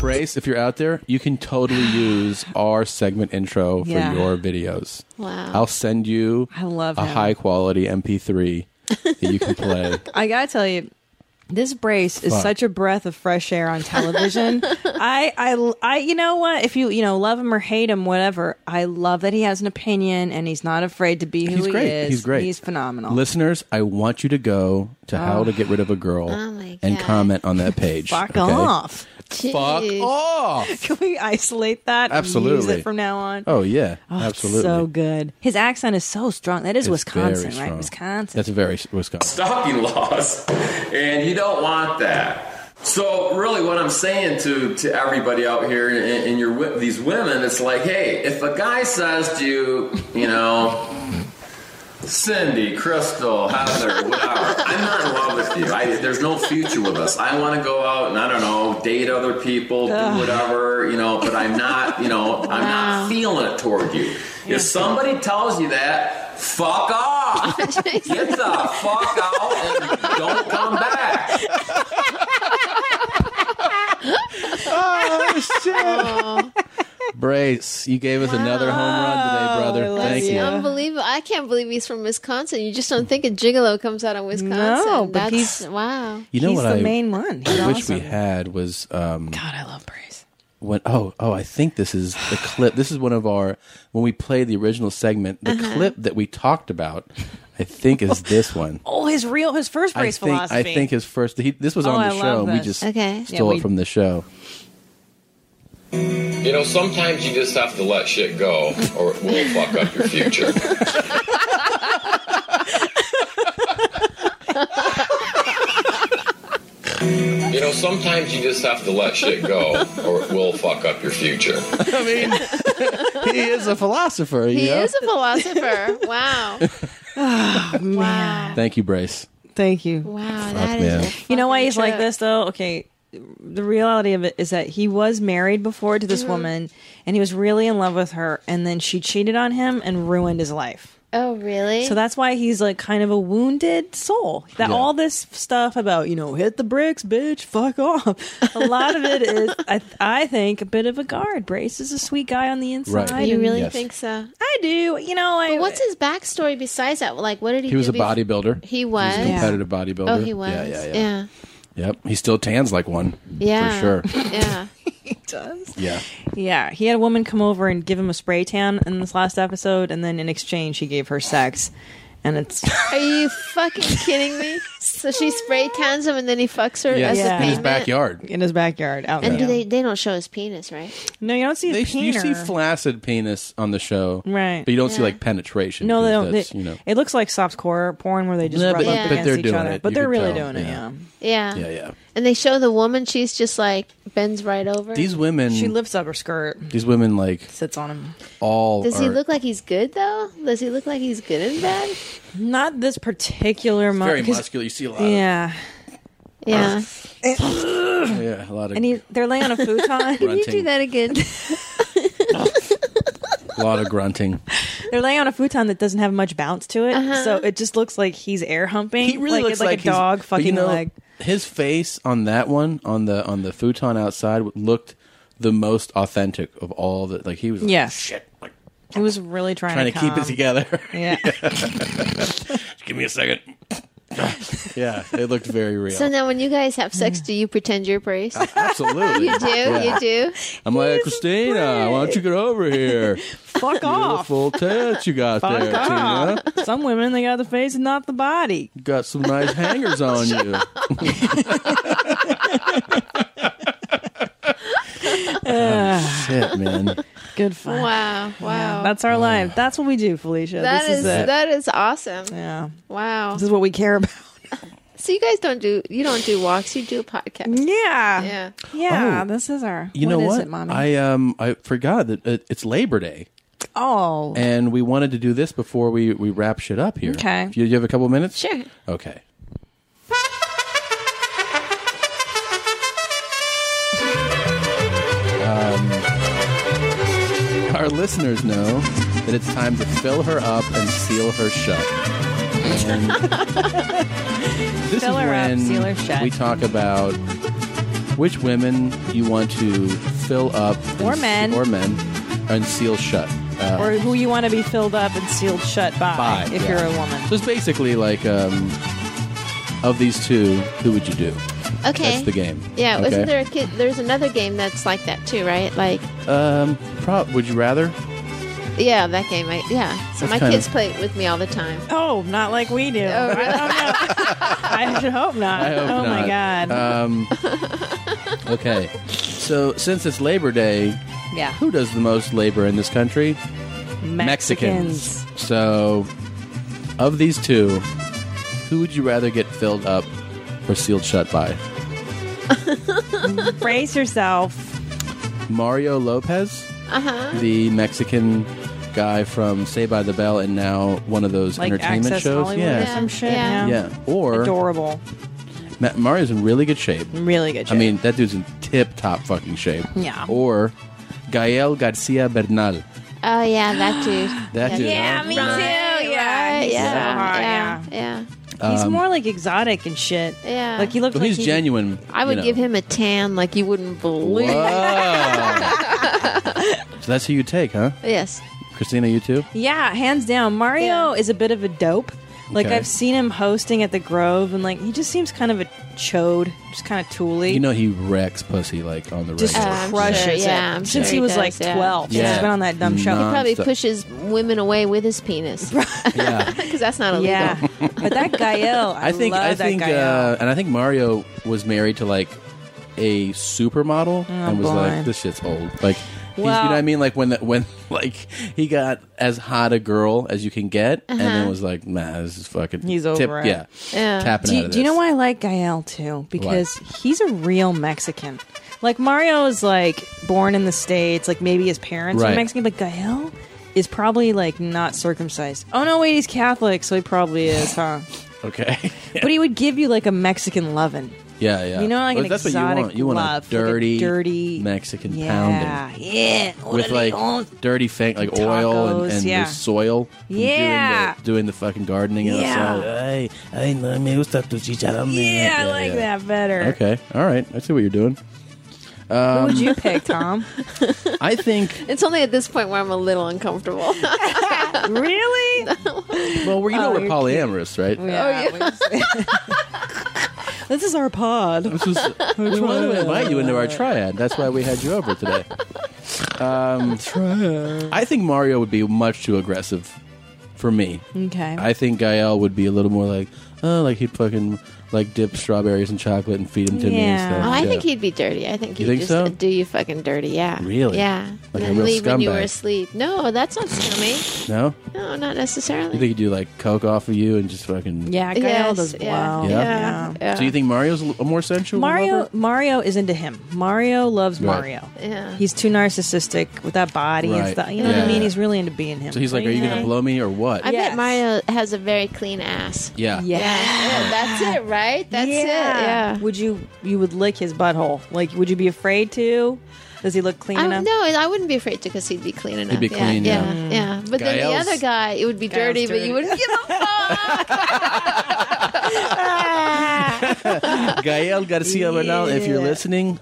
Speaker 1: Brace, if you're out there, you can totally use our segment intro for
Speaker 2: Yeah.
Speaker 1: your videos.
Speaker 2: Wow.
Speaker 1: I'll send you
Speaker 2: I love
Speaker 1: a
Speaker 2: him.
Speaker 1: high quality MP3 that you can play.
Speaker 2: I gotta tell you, this brace is
Speaker 1: Fuck.
Speaker 2: such a breath of fresh air on television. I, I, I, you know what? If you, you know, love him or hate him, whatever. I love that he has an opinion and he's not afraid to be who
Speaker 1: He's
Speaker 2: he
Speaker 1: great.
Speaker 2: is.
Speaker 1: He's great.
Speaker 2: He's phenomenal. Oh.
Speaker 1: Listeners, I want you to go to how to get rid of a girl and comment on that page.
Speaker 2: Fuck
Speaker 1: okay?
Speaker 2: off.
Speaker 1: Fuck off.
Speaker 2: Can we isolate that? and use
Speaker 1: Absolutely.
Speaker 2: it from now on.
Speaker 1: Oh yeah,
Speaker 2: Oh, it's
Speaker 1: absolutely.
Speaker 2: So good. His accent is so strong. That is
Speaker 1: It's
Speaker 2: Wisconsin,
Speaker 1: very
Speaker 2: right?
Speaker 1: strong.
Speaker 2: Wisconsin.
Speaker 1: That's very Wisconsin.
Speaker 3: stalking laws, and you don't want that. So really, what I'm saying to to everybody out here and, and your wi- these women, it's like, hey, if a guy says to you, you know. Cindy, Crystal, Heather, whatever. I'm not in love with you. I, there's no future with us. I want to go out and I don't know, date other people,
Speaker 16: Ugh.
Speaker 3: do whatever, you know. But I'm not, you know, I'm
Speaker 16: Wow.
Speaker 3: not feeling it toward you. If somebody tells you that, fuck off. Get the fuck out and don't come back.
Speaker 1: oh shit! Brace, you gave us another home run today, brother. Thank you.
Speaker 9: Unbelievable. I can't believe he's from Wisconsin. You just don't think a gigolo comes out of Wisconsin.
Speaker 2: No, but
Speaker 9: That's
Speaker 2: he's-
Speaker 9: wow.
Speaker 1: You know
Speaker 2: He's
Speaker 1: what
Speaker 2: the
Speaker 1: I
Speaker 2: main one. He's
Speaker 1: I wish
Speaker 2: awesome.
Speaker 1: we had was um,
Speaker 2: God, I love Brace.
Speaker 1: when oh oh I think this is the clip. This is one of our when we played the original segment. The
Speaker 2: Uh-huh.
Speaker 1: clip that we talked about, I think, is this one.
Speaker 2: Oh, his real, his first
Speaker 1: I
Speaker 2: Brace
Speaker 1: think
Speaker 2: philosophy.
Speaker 1: I think his first. He, this was
Speaker 2: Oh,
Speaker 1: on
Speaker 2: I
Speaker 1: the
Speaker 2: love
Speaker 1: show. and We
Speaker 2: this.
Speaker 1: just
Speaker 2: Okay.
Speaker 1: stole
Speaker 2: Yeah, we-
Speaker 1: it from the show.
Speaker 16: You know, sometimes you just have to let shit go, or it will fuck up your future. you know, sometimes you just have to let shit go, or it will fuck up your future.
Speaker 1: I mean, he is a philosopher. you
Speaker 9: He
Speaker 1: know?
Speaker 9: is a philosopher. wow.
Speaker 2: oh, man.
Speaker 1: Thank you, Brace.
Speaker 2: Thank you.
Speaker 9: Wow,
Speaker 1: Ah, Fuck, man.
Speaker 2: You know why he's like
Speaker 9: trip.
Speaker 2: this though? Okay, the reality of it is that he was married before to this
Speaker 9: Mhm.
Speaker 2: woman, and he was really in love with her, and then she cheated on him and ruined his life.
Speaker 9: Oh, really?
Speaker 2: So that's why he's like kind of a wounded soul. That
Speaker 9: Yeah.
Speaker 2: all this stuff about you know hit the bricks, bitch, fuck off. A lot of it is, I, I think, a bit of a guard. Brace is a sweet guy on the inside.
Speaker 9: You
Speaker 2: and-
Speaker 9: really think so?
Speaker 2: I do. You know, I,
Speaker 9: what's his backstory besides that? Like, what did he?
Speaker 1: He was
Speaker 9: do
Speaker 1: a
Speaker 9: before-
Speaker 1: bodybuilder.
Speaker 9: He was.
Speaker 1: He's a competitive bodybuilder.
Speaker 9: Oh, he was.
Speaker 1: Yeah, yeah, yeah.
Speaker 9: yeah.
Speaker 1: Yep. He still tans like one.
Speaker 9: Yeah.
Speaker 1: For sure.
Speaker 9: Yeah.
Speaker 2: he does.
Speaker 1: Yeah.
Speaker 2: Yeah, he had a woman come over and give him a spray tan in this last episode, and then in exchange, he gave her sex. And it's
Speaker 9: Are you fucking kidding me? So she spray tans him and then he fucks her as a payment.
Speaker 2: In his backyard. Out
Speaker 9: And
Speaker 1: Yeah.
Speaker 9: do they they don't show his penis, right?
Speaker 2: No, you don't see
Speaker 1: They- you see flaccid penis on the show,
Speaker 2: Right.
Speaker 1: But you don't see
Speaker 2: Yeah.
Speaker 1: like penetration.
Speaker 2: no, they don't.
Speaker 1: 'cause that's,
Speaker 2: they-
Speaker 1: you know,
Speaker 2: It looks like softcore porn where they just
Speaker 1: Yeah,
Speaker 2: rub
Speaker 1: but-
Speaker 2: up
Speaker 1: but
Speaker 2: against
Speaker 1: they're
Speaker 2: each
Speaker 1: doing
Speaker 2: other,
Speaker 1: it.
Speaker 2: but
Speaker 1: You
Speaker 2: they're
Speaker 1: could
Speaker 2: really
Speaker 1: tell.
Speaker 2: doing it.
Speaker 1: Yeah.
Speaker 2: Yeah.
Speaker 9: Yeah.
Speaker 1: Yeah, yeah.
Speaker 9: And they show the woman; she's just like bends right over.
Speaker 1: These women- She
Speaker 9: lifts up her skirt.
Speaker 1: These women like
Speaker 2: sits on him.
Speaker 1: all.
Speaker 9: Does he
Speaker 1: are-
Speaker 9: look like he's good though? Does he look like he's good in bed?
Speaker 2: Not this particular
Speaker 1: very
Speaker 2: muscle.
Speaker 1: muscular. You see a lot.
Speaker 2: Yeah. Yeah.
Speaker 1: Of, yeah, a lot of
Speaker 2: and he, they're laying on a futon.
Speaker 1: Can you do Grunting.
Speaker 9: that again?
Speaker 1: a lot of grunting.
Speaker 2: They're laying on a futon that doesn't have much bounce to it,
Speaker 9: Uh-huh.
Speaker 2: so it just looks like he's air humping.
Speaker 1: He really
Speaker 2: like,
Speaker 1: looks
Speaker 2: like, a
Speaker 1: he's-
Speaker 2: dog
Speaker 1: but
Speaker 2: fucking
Speaker 1: you know,
Speaker 2: leg.
Speaker 1: His face on that one on the on the futon outside looked the most authentic of all the like he was like,
Speaker 2: Yeah.
Speaker 1: shit like
Speaker 2: He was really trying,
Speaker 1: trying to,
Speaker 2: to,
Speaker 1: keep it
Speaker 2: calm.
Speaker 1: together.
Speaker 2: Yeah.
Speaker 1: Just Give me a second. yeah, it looked very real.
Speaker 9: So now, when you guys have sex, do you pretend you're braced?
Speaker 1: Absolutely.
Speaker 9: you do.
Speaker 1: Yeah.
Speaker 9: You do.
Speaker 1: I'm like, Christina, why don't you get over here?
Speaker 2: Fuck off.
Speaker 1: Beautiful tits you got
Speaker 2: Fuck
Speaker 1: there,
Speaker 2: off.
Speaker 1: Tina.
Speaker 2: Some women they got the face and not the body.
Speaker 1: Got some nice hangers on you.
Speaker 2: Ah.
Speaker 1: Oh, shit, man.
Speaker 2: Good fun.
Speaker 9: Wow! Wow!
Speaker 2: Yeah, that's our life. That's what we do, Felicia.
Speaker 9: that is,
Speaker 2: this is, it.
Speaker 9: that is awesome.
Speaker 2: Yeah.
Speaker 9: Wow.
Speaker 2: This is what we care about.
Speaker 9: So you guys don't do you don't do walks. You do a podcast.
Speaker 2: Yeah.
Speaker 9: Yeah.
Speaker 2: Yeah, this is our.
Speaker 1: Oh. You know
Speaker 2: is
Speaker 1: what?
Speaker 2: it, mommy?
Speaker 1: I um I forgot that it, it's Labor Day,
Speaker 2: oh.
Speaker 1: and we wanted to do this before we we wrap shit up here.
Speaker 2: Okay.
Speaker 1: Do you, you have a couple minutes?
Speaker 2: Sure.
Speaker 1: Okay. Um, our listeners know that it's time to fill her up and seal her shut. And this
Speaker 2: Fill
Speaker 1: is
Speaker 2: her up,
Speaker 1: when
Speaker 2: seal her shut.
Speaker 1: we talk about which women you want to fill up
Speaker 2: Or
Speaker 1: and-
Speaker 2: men.
Speaker 1: or men and seal shut. Uh,
Speaker 2: or who you want to be filled up and sealed shut by,
Speaker 1: by,
Speaker 2: if
Speaker 1: yeah.
Speaker 2: you're a woman.
Speaker 1: So it's basically like um, of these two, who would you do?
Speaker 9: Okay.
Speaker 1: That's the game.
Speaker 9: Yeah.
Speaker 1: okay?
Speaker 9: Wasn't there a kid? There's another game that's like that too, right? Like
Speaker 1: Um, prob- would you rather?
Speaker 9: yeah, that game. I, yeah. So
Speaker 1: That's
Speaker 9: my
Speaker 1: kinda-
Speaker 9: kids play it with me all the time.
Speaker 2: Oh, not like we do.
Speaker 9: Oh, really?
Speaker 2: I should hope not.
Speaker 1: I hope
Speaker 2: oh my
Speaker 1: not.
Speaker 2: god.
Speaker 1: Um, okay, so since it's Labor Day,
Speaker 2: yeah.
Speaker 1: who does the most labor in this country?
Speaker 2: Mexicans.
Speaker 1: So, of these two, who would you rather get filled up or sealed shut by?
Speaker 2: Brace yourself.
Speaker 1: Mario Lopez,
Speaker 9: Uh-huh.
Speaker 1: the Mexican guy from Say by the Bell, and now one of those
Speaker 2: Like
Speaker 1: entertainment
Speaker 2: Access
Speaker 1: shows.
Speaker 2: Hollywood
Speaker 1: yeah,
Speaker 2: or some shit.
Speaker 1: yeah.
Speaker 2: Yeah.
Speaker 1: Or
Speaker 2: Adorable.
Speaker 1: Ma- Mario's in really good shape.
Speaker 2: Really good
Speaker 1: I
Speaker 2: shape.
Speaker 1: mean, that dude's in tip top fucking shape.
Speaker 2: Yeah.
Speaker 1: Or Gael Garcia Bernal.
Speaker 9: Oh yeah, that dude.
Speaker 1: That dude,
Speaker 9: Yeah,
Speaker 1: huh?
Speaker 9: me
Speaker 2: Right,
Speaker 9: too. Yeah,
Speaker 2: right,
Speaker 9: yeah,
Speaker 2: so hot,
Speaker 9: yeah, yeah,
Speaker 2: He's
Speaker 1: Um,
Speaker 2: more like exotic and shit.
Speaker 9: Yeah.
Speaker 2: Like he looks
Speaker 1: But
Speaker 2: like
Speaker 1: he's
Speaker 2: he-
Speaker 1: genuine.
Speaker 9: I would give him a tan like you wouldn't believe.
Speaker 1: So that's who you take, huh?
Speaker 9: yes.
Speaker 1: Christina, you too?
Speaker 2: Yeah, hands down. Mario is a bit of a dope. Like
Speaker 1: Okay.
Speaker 2: I've seen him hosting at the Grove, and like he just seems kind of a chode, just kind of tooly.
Speaker 1: You know he wrecks pussy like on the
Speaker 2: just
Speaker 1: regular.
Speaker 2: crushes
Speaker 9: sure,
Speaker 2: it.
Speaker 9: yeah, I'm
Speaker 2: Since
Speaker 9: sure
Speaker 2: he
Speaker 9: he
Speaker 2: was
Speaker 9: does,
Speaker 2: like
Speaker 9: yeah.
Speaker 2: 12, since
Speaker 1: Yeah. Mm-hmm.
Speaker 2: he's been on that dumb show.
Speaker 1: He
Speaker 9: Probably
Speaker 1: Stop.
Speaker 9: pushes women away with his penis.
Speaker 1: Yeah.
Speaker 9: Because that's not illegal.
Speaker 2: Yeah, but that Gael, I,
Speaker 1: I think
Speaker 2: love
Speaker 1: I
Speaker 2: that
Speaker 1: think
Speaker 2: Gael.
Speaker 1: uh, and I think Mario was married to like a supermodel and was
Speaker 2: Oh, boy.
Speaker 1: like this shit's old. Like he's, you
Speaker 2: Well-
Speaker 1: know what I mean like when the, when like he got as hot a girl as you can get and then
Speaker 2: Uh-huh.
Speaker 1: was like nah this is fucking
Speaker 2: He's
Speaker 1: tip-
Speaker 2: over it.
Speaker 1: Yeah. Tapping
Speaker 2: do,
Speaker 1: out of
Speaker 2: do you know
Speaker 1: this.
Speaker 2: why I like Gael too? Because he's a real Mexican. Like Mario is like born in the states. Like maybe his parents
Speaker 1: Right.
Speaker 2: were Mexican, but Gael is probably like not circumcised. Oh no, wait, he's Catholic, so he probably is, huh?
Speaker 1: Okay.
Speaker 2: But he would give you like a Mexican lovin'.
Speaker 1: yeah, yeah.
Speaker 2: You know, like
Speaker 1: Well,
Speaker 2: an
Speaker 1: that's what you
Speaker 2: exotic
Speaker 1: want. You want
Speaker 2: love,
Speaker 1: a
Speaker 2: like a
Speaker 1: dirty
Speaker 2: dirty-
Speaker 1: Mexican
Speaker 2: Yeah,
Speaker 1: pounding.
Speaker 2: yeah.
Speaker 1: With like dirty fang like oil and,
Speaker 2: Tacos,
Speaker 1: and
Speaker 2: yeah.
Speaker 1: loose soil. from
Speaker 2: Yeah.
Speaker 1: Doing the, doing the fucking gardening
Speaker 2: Yeah.
Speaker 1: outside. Ay, ay, no me gusta tu chicharrón.
Speaker 2: Yeah, I like
Speaker 1: yeah.
Speaker 2: that better.
Speaker 1: Okay. All right. I see what you're doing.
Speaker 2: Who
Speaker 1: Um,
Speaker 2: would you pick, Tom?
Speaker 1: I think.
Speaker 9: It's only at this point where I'm a little uncomfortable.
Speaker 2: really?
Speaker 9: Oh,
Speaker 1: Well, we're, you know
Speaker 2: Oh,
Speaker 1: we're
Speaker 2: you're
Speaker 1: polyamorous, right?
Speaker 2: this is our pod.
Speaker 1: This is, we wanted to invite you into our triad. That's why we had you over today. Um, I think Mario would be much too aggressive for me.
Speaker 2: Okay.
Speaker 1: I think Gael would be a little more like, oh, like he'd fucking like dip strawberries in chocolate and feed them to me and stuff.
Speaker 9: Oh, I
Speaker 1: Yeah.
Speaker 9: think he'd be dirty. I think he'd
Speaker 1: You think
Speaker 9: just
Speaker 1: so?
Speaker 9: do you fucking dirty. Yeah.
Speaker 1: Really?
Speaker 9: Yeah.
Speaker 1: Like a
Speaker 9: And
Speaker 1: real
Speaker 9: leave when you were
Speaker 1: scumbag.
Speaker 9: asleep. No, that's not scummy.
Speaker 1: no.
Speaker 9: No, not
Speaker 1: You
Speaker 9: necessarily.
Speaker 1: think you do like coke off of you and just fucking
Speaker 2: Yeah, guy
Speaker 9: Yes,
Speaker 2: all does
Speaker 9: yeah,
Speaker 2: blow.
Speaker 1: Yeah.
Speaker 2: Yeah.
Speaker 1: So you think Mario's a l- more sensual?
Speaker 2: Mario Mario is into him. Mario loves
Speaker 1: Right.
Speaker 2: Mario.
Speaker 9: Yeah.
Speaker 2: He's too narcissistic with that body
Speaker 1: Right.
Speaker 2: and stuff. You know what
Speaker 1: Yeah.
Speaker 2: I mean? He's really into being him.
Speaker 1: So he's like, "Are you gonna
Speaker 9: Yeah.
Speaker 1: blow me or what?"
Speaker 9: I bet Mario has a very clean ass.
Speaker 1: Yeah.
Speaker 9: Yeah. Yeah, That's it, right? That's it. Yeah.
Speaker 2: Would you you would lick his butthole? Like, would you be afraid to? Does he look clean
Speaker 9: I,
Speaker 2: enough?
Speaker 9: no, I wouldn't be afraid to because he'd be clean enough.
Speaker 1: be clean,
Speaker 9: yeah,
Speaker 1: yeah.
Speaker 9: yeah, yeah. But then the
Speaker 1: Gael's-
Speaker 9: other guy, it would be dirty, but you would give a
Speaker 1: Gael Garcia Bernal, if you're listening,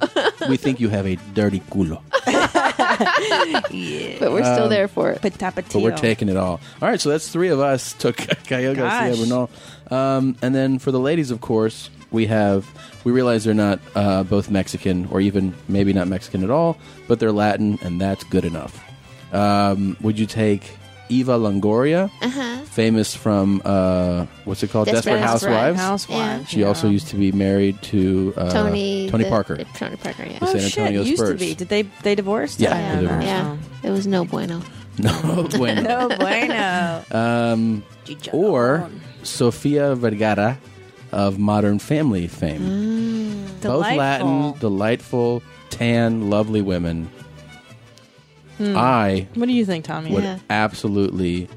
Speaker 1: we think you have a dirty culo.
Speaker 9: But we're still
Speaker 1: Um,
Speaker 9: there for it.
Speaker 1: But we're taking it all. All right, so that's three of us took Gael Garcia
Speaker 9: Gosh.
Speaker 1: Bernal. Um, and then for the ladies, of course, we have, we realize they're not uh, both Mexican or even maybe not Mexican at all, but they're Latin, and that's good enough. Um, would you take Eva Longoria?
Speaker 9: Uh-huh.
Speaker 1: famous from uh, what's it called? Desperate,
Speaker 9: Desperate
Speaker 1: Housewives.
Speaker 9: Housewives. Housewives,
Speaker 1: She also used to be married to uh,
Speaker 9: Tony
Speaker 1: Tony
Speaker 9: the-
Speaker 1: Parker.
Speaker 9: Tony Parker, yeah.
Speaker 1: The San Antonio
Speaker 2: Oh, used to
Speaker 1: Spurs.
Speaker 2: be. Did they they divorce?
Speaker 1: Yeah,
Speaker 2: I
Speaker 1: they
Speaker 2: don't
Speaker 1: divorced.
Speaker 2: know.
Speaker 9: Yeah, it was no bueno.
Speaker 1: No bueno.
Speaker 2: No Oh, bueno.
Speaker 1: Um, or Sofia Vergara of Modern Family fame. Both Latin, delightful, tan, lovely women.
Speaker 2: Hmm.
Speaker 1: I
Speaker 2: What do you think, Tommy?
Speaker 1: would absolutely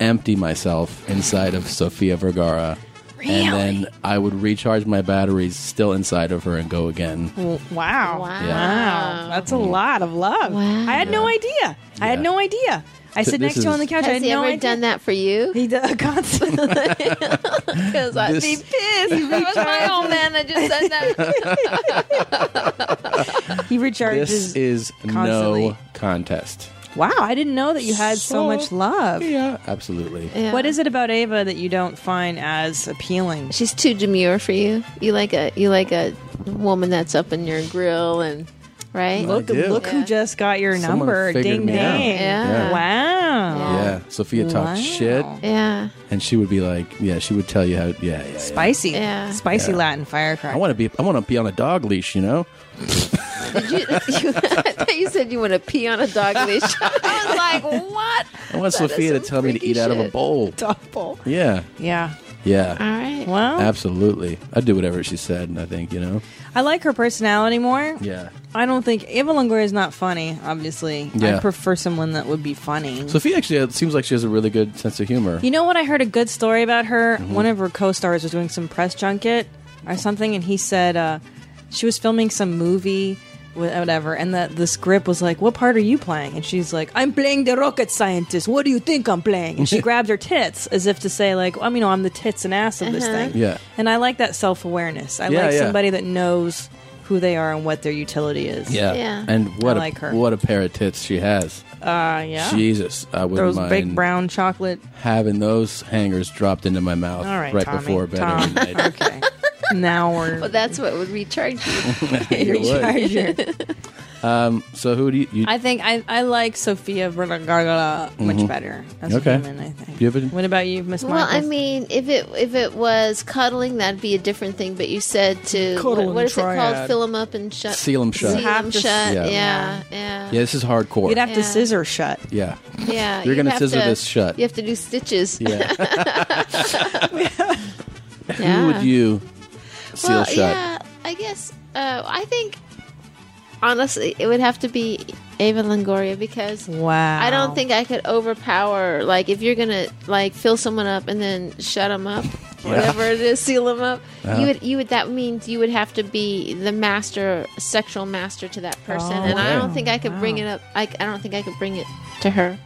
Speaker 1: empty myself inside of Sofia Vergara. And then I would recharge my batteries still inside of her and go again.
Speaker 2: W- Wow. Wow.
Speaker 1: Yeah.
Speaker 2: That's a lot of love. I had no idea. I had no idea. I
Speaker 1: Th-
Speaker 2: sit
Speaker 1: this
Speaker 2: next to him on the couch.
Speaker 9: Has
Speaker 2: I had
Speaker 9: he
Speaker 2: no
Speaker 9: ever
Speaker 2: idea.
Speaker 9: done that for you?
Speaker 2: He does constantly.
Speaker 9: Because I'd
Speaker 1: This-
Speaker 9: be pissed if it was my old man that just said that.
Speaker 2: he recharges.
Speaker 1: This is no
Speaker 2: constantly.
Speaker 1: contest.
Speaker 2: wow, I didn't know that you had so,
Speaker 1: So-
Speaker 2: much love.
Speaker 1: Yeah. Absolutely.
Speaker 2: What is it about Ava that you don't find as appealing?
Speaker 9: She's too demure for you. You like a you like a woman that's up in your grill and right.
Speaker 2: Look, look who just got your
Speaker 1: Someone
Speaker 2: number.
Speaker 1: figured
Speaker 2: Ding
Speaker 1: me out.
Speaker 2: dang.
Speaker 1: Yeah. Yeah.
Speaker 2: Wow.
Speaker 1: Yeah. Sophia talked
Speaker 2: Wow.
Speaker 1: shit
Speaker 9: Yeah.
Speaker 1: and she would be like, yeah, she would tell you how, yeah, yeah.
Speaker 2: Spicy. Spicy
Speaker 1: Yeah.
Speaker 2: Latin firecracker.
Speaker 1: I want to be, I want to be on a dog leash, you know?
Speaker 9: Did you, you, I thought you said you want to pee on a dog leash. I was like, what?
Speaker 1: I want
Speaker 9: That is
Speaker 1: Sophia to
Speaker 9: some
Speaker 1: tell me to
Speaker 9: freaky
Speaker 1: eat out of a
Speaker 9: shit.
Speaker 1: bowl. Yeah.
Speaker 2: Yeah.
Speaker 1: Yeah.
Speaker 2: Uh-huh.
Speaker 9: All right.
Speaker 2: Well,
Speaker 1: Absolutely. I'd do whatever she said, I think, you know?
Speaker 2: I like her personality more.
Speaker 1: Yeah.
Speaker 2: I don't think Eva Longoria is not funny. Obviously,
Speaker 1: Yeah.
Speaker 2: I prefer someone that would be funny.
Speaker 1: Sophia actually it seems like she has a really good sense of humor.
Speaker 2: You know what? I heard a good story about her.
Speaker 1: Mhm.
Speaker 2: One of her co-stars was doing some press junket or something, and he said uh, she was filming some movie, wha- whatever. And that the script was like, "What part are you playing?" And she's like, "I'm playing the rocket scientist. What do you think I'm playing?" And she grabbed her tits as if to say, "Like, I mean, you know, I'm the tits and ass of this
Speaker 9: Uh-huh.
Speaker 2: thing."
Speaker 1: Yeah.
Speaker 2: And I like that self-awareness. I
Speaker 1: Yeah,
Speaker 2: like
Speaker 1: yeah.
Speaker 2: somebody that knows who they are and what their utility is.
Speaker 1: Yeah. And what
Speaker 2: I
Speaker 1: a,
Speaker 2: like her.
Speaker 1: what a pair of tits she has.
Speaker 2: Uh, yeah.
Speaker 1: Jesus, I wouldn't
Speaker 2: Those
Speaker 1: mind
Speaker 2: big brown chocolate.
Speaker 1: having those hangers dropped into my mouth
Speaker 2: All right, Tommy.
Speaker 1: before bed
Speaker 2: Tom.
Speaker 1: every night.
Speaker 2: okay. Now we're
Speaker 9: Well, that's what would recharge you.
Speaker 1: You would.
Speaker 2: Recharger.
Speaker 1: Um, so who do you, you
Speaker 2: I think I, I like Sophia Vergara much
Speaker 1: Mhm.
Speaker 2: better as
Speaker 1: okay.
Speaker 2: a human. I think.
Speaker 1: Do you have a-
Speaker 2: What about you, Miss
Speaker 9: Well, I
Speaker 2: Michaels?
Speaker 9: mean, if it if it was cuddling, that'd be a different thing. But you said to
Speaker 2: Cuddle
Speaker 9: what,
Speaker 2: and
Speaker 9: what is it
Speaker 2: triad.
Speaker 9: called? Fill them up and shut.
Speaker 1: Seal 'em shut.
Speaker 9: Seal 'em
Speaker 1: Have to-
Speaker 9: shut.
Speaker 1: Yeah.
Speaker 9: Yeah, yeah. yeah.
Speaker 1: Yeah, this is hardcore.
Speaker 2: You'd have to
Speaker 9: Yeah.
Speaker 2: scissor shut.
Speaker 1: yeah. You're
Speaker 9: you'd
Speaker 1: gonna
Speaker 9: have
Speaker 1: scissor
Speaker 9: to-
Speaker 1: this shut.
Speaker 9: You have to do stitches.
Speaker 1: Yeah. Who
Speaker 9: Yeah.
Speaker 1: would you seal
Speaker 9: well,
Speaker 1: shut?
Speaker 9: yeah. I guess uh, I think honestly, it would have to be Ava Longoria because
Speaker 2: wow,
Speaker 9: I don't think I could overpower. Like, if you're gonna like fill someone up and then shut them up, whatever it is, seal them up.
Speaker 2: Uh-huh.
Speaker 9: You would, you would. That means you would have to be the master, sexual master to that person,
Speaker 2: Oh,
Speaker 9: and I
Speaker 2: wow.
Speaker 9: don't think I could bring it up. I, I don't think I could bring it to her.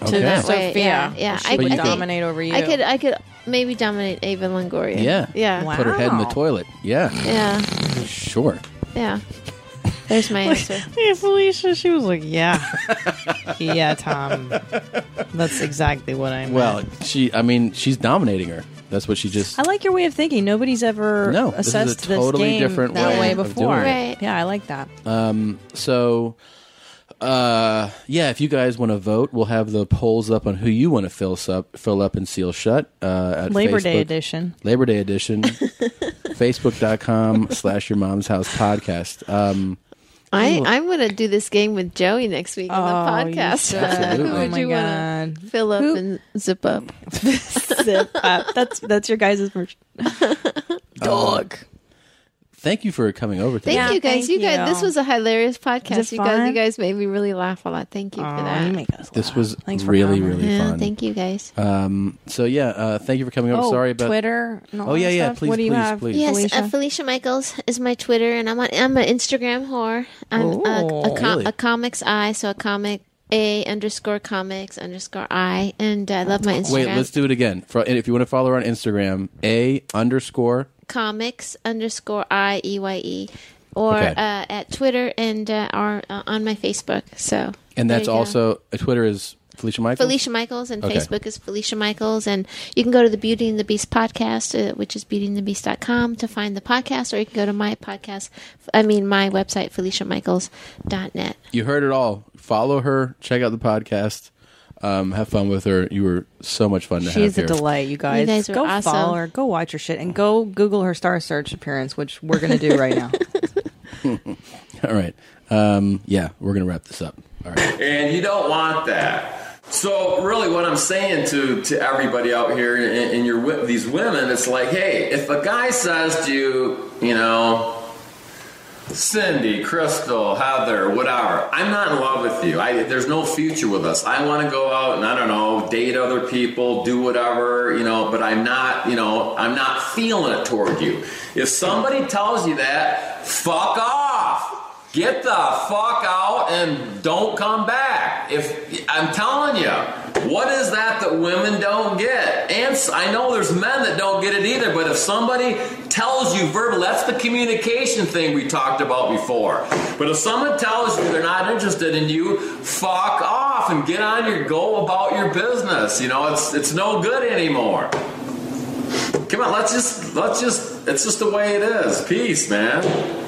Speaker 1: To Okay.
Speaker 9: that
Speaker 2: Sophia.
Speaker 9: way, yeah, yeah.
Speaker 2: She
Speaker 9: I,
Speaker 2: would
Speaker 9: I think
Speaker 2: dominate over you.
Speaker 9: I could, I could maybe dominate Ava Longoria.
Speaker 1: Yeah.
Speaker 9: yeah,
Speaker 1: Put her head in the toilet. Yeah.
Speaker 9: Yeah.
Speaker 1: Sure.
Speaker 9: yeah. There's my answer.
Speaker 2: Hey, Felicia, she was like, yeah. yeah, Tom. That's exactly what I meant.
Speaker 1: Well, she. I mean, she's dominating her. That's what she just.
Speaker 2: I like your way of thinking. Nobody's ever
Speaker 1: No, this is a
Speaker 2: assessed
Speaker 1: totally
Speaker 2: game
Speaker 1: different
Speaker 2: that
Speaker 1: way
Speaker 2: way,
Speaker 1: of
Speaker 2: before.
Speaker 1: doing it. Right.
Speaker 2: Yeah, I like that.
Speaker 1: Um. So. Uh. Yeah. If you guys want to vote, we'll have the polls up on who you want to fill up, fill up and seal shut. Uh. At
Speaker 2: Labor Day
Speaker 1: Facebook.
Speaker 2: edition.
Speaker 1: Labor Day edition. facebook.com slash your mom's house podcast. Um,
Speaker 9: I,
Speaker 1: ooh,
Speaker 9: I'm going to do this game with Joey next week
Speaker 2: Oh,
Speaker 9: on the podcast.
Speaker 2: Absolutely.
Speaker 9: Who
Speaker 2: Oh
Speaker 9: would
Speaker 2: my
Speaker 9: you want to fill up and zip up?
Speaker 2: zip up. That's that's your guys' version. Dog.
Speaker 1: thank you for coming over today.
Speaker 9: Thank you guys. you guys, this was a hilarious podcast.
Speaker 2: Is it
Speaker 9: You guys, you
Speaker 2: fun?
Speaker 9: guys made me really laugh a lot. Thank oh, you for that.
Speaker 1: This was really, really
Speaker 9: yeah,
Speaker 1: fun.
Speaker 9: Thank you guys.
Speaker 1: Um, so yeah, uh, thank you for coming over.
Speaker 9: Oh,
Speaker 1: Sorry about
Speaker 9: Twitter and all
Speaker 1: oh
Speaker 9: that
Speaker 1: yeah, yeah.
Speaker 9: stuff?
Speaker 1: Please,
Speaker 9: What do you
Speaker 1: please,
Speaker 9: have?
Speaker 1: please.
Speaker 9: Yes,
Speaker 1: Felicia.
Speaker 9: Uh, Felicia Michaels is my Twitter, and I'm on, I'm an Instagram whore. I'm
Speaker 1: Ooh.
Speaker 9: a, a, com-
Speaker 1: Really?
Speaker 9: a comics eye, so a comic a underscore comics underscore i, and I love my Instagram.
Speaker 1: Wait, let's do it again. For, and if you want to follow her on Instagram, a underscore.
Speaker 9: comics underscore i e y e, or
Speaker 1: Okay.
Speaker 9: uh, at Twitter and uh, are uh, on my Facebook. So
Speaker 1: And
Speaker 9: there
Speaker 1: that's
Speaker 9: you go.
Speaker 1: also uh, Twitter is Felicia Michaels.
Speaker 9: Felicia Michaels and
Speaker 1: Okay.
Speaker 9: Facebook is Felicia Michaels, and you can go to the Beauty and the Beast podcast, uh, which is beautyandthebeast.com to find the podcast, or you can go to my podcast. I mean, my website FeliciaMichaels.net.
Speaker 1: You heard it all. Follow her. Check out the podcast. Um, have fun with her. You were so much fun to have.
Speaker 2: She's a
Speaker 1: here.
Speaker 2: delight, you guys.
Speaker 9: guys are
Speaker 2: go
Speaker 9: awesome.
Speaker 2: follow her, go watch her shit, and go Google her star search appearance, which we're gonna do right now.
Speaker 1: All right. Um, yeah, we're gonna wrap this up. All right.
Speaker 3: and you don't want that. So really, what I'm saying to to everybody out here and, and your wi- these women, it's like, hey, if a guy says to you, you know, Cindy, Crystal, Heather, whatever, I'm not in love with you. I, there's no future with us. I want to go out and I don't know, date other people, do whatever, you know, but I'm not, you know, I'm not feeling it toward you. If somebody tells you that, fuck off. Get the fuck out and don't come back. If I'm telling you, what is that that women don't get? And s- I know there's men that don't get it either, but if somebody tells you verbal, that's the communication thing we talked about before. But if someone tells you they're not interested in you, fuck off and get on your go about your business. You know, it's it's no good anymore. Come on, let's just let's just it's just the way it is. Peace, man.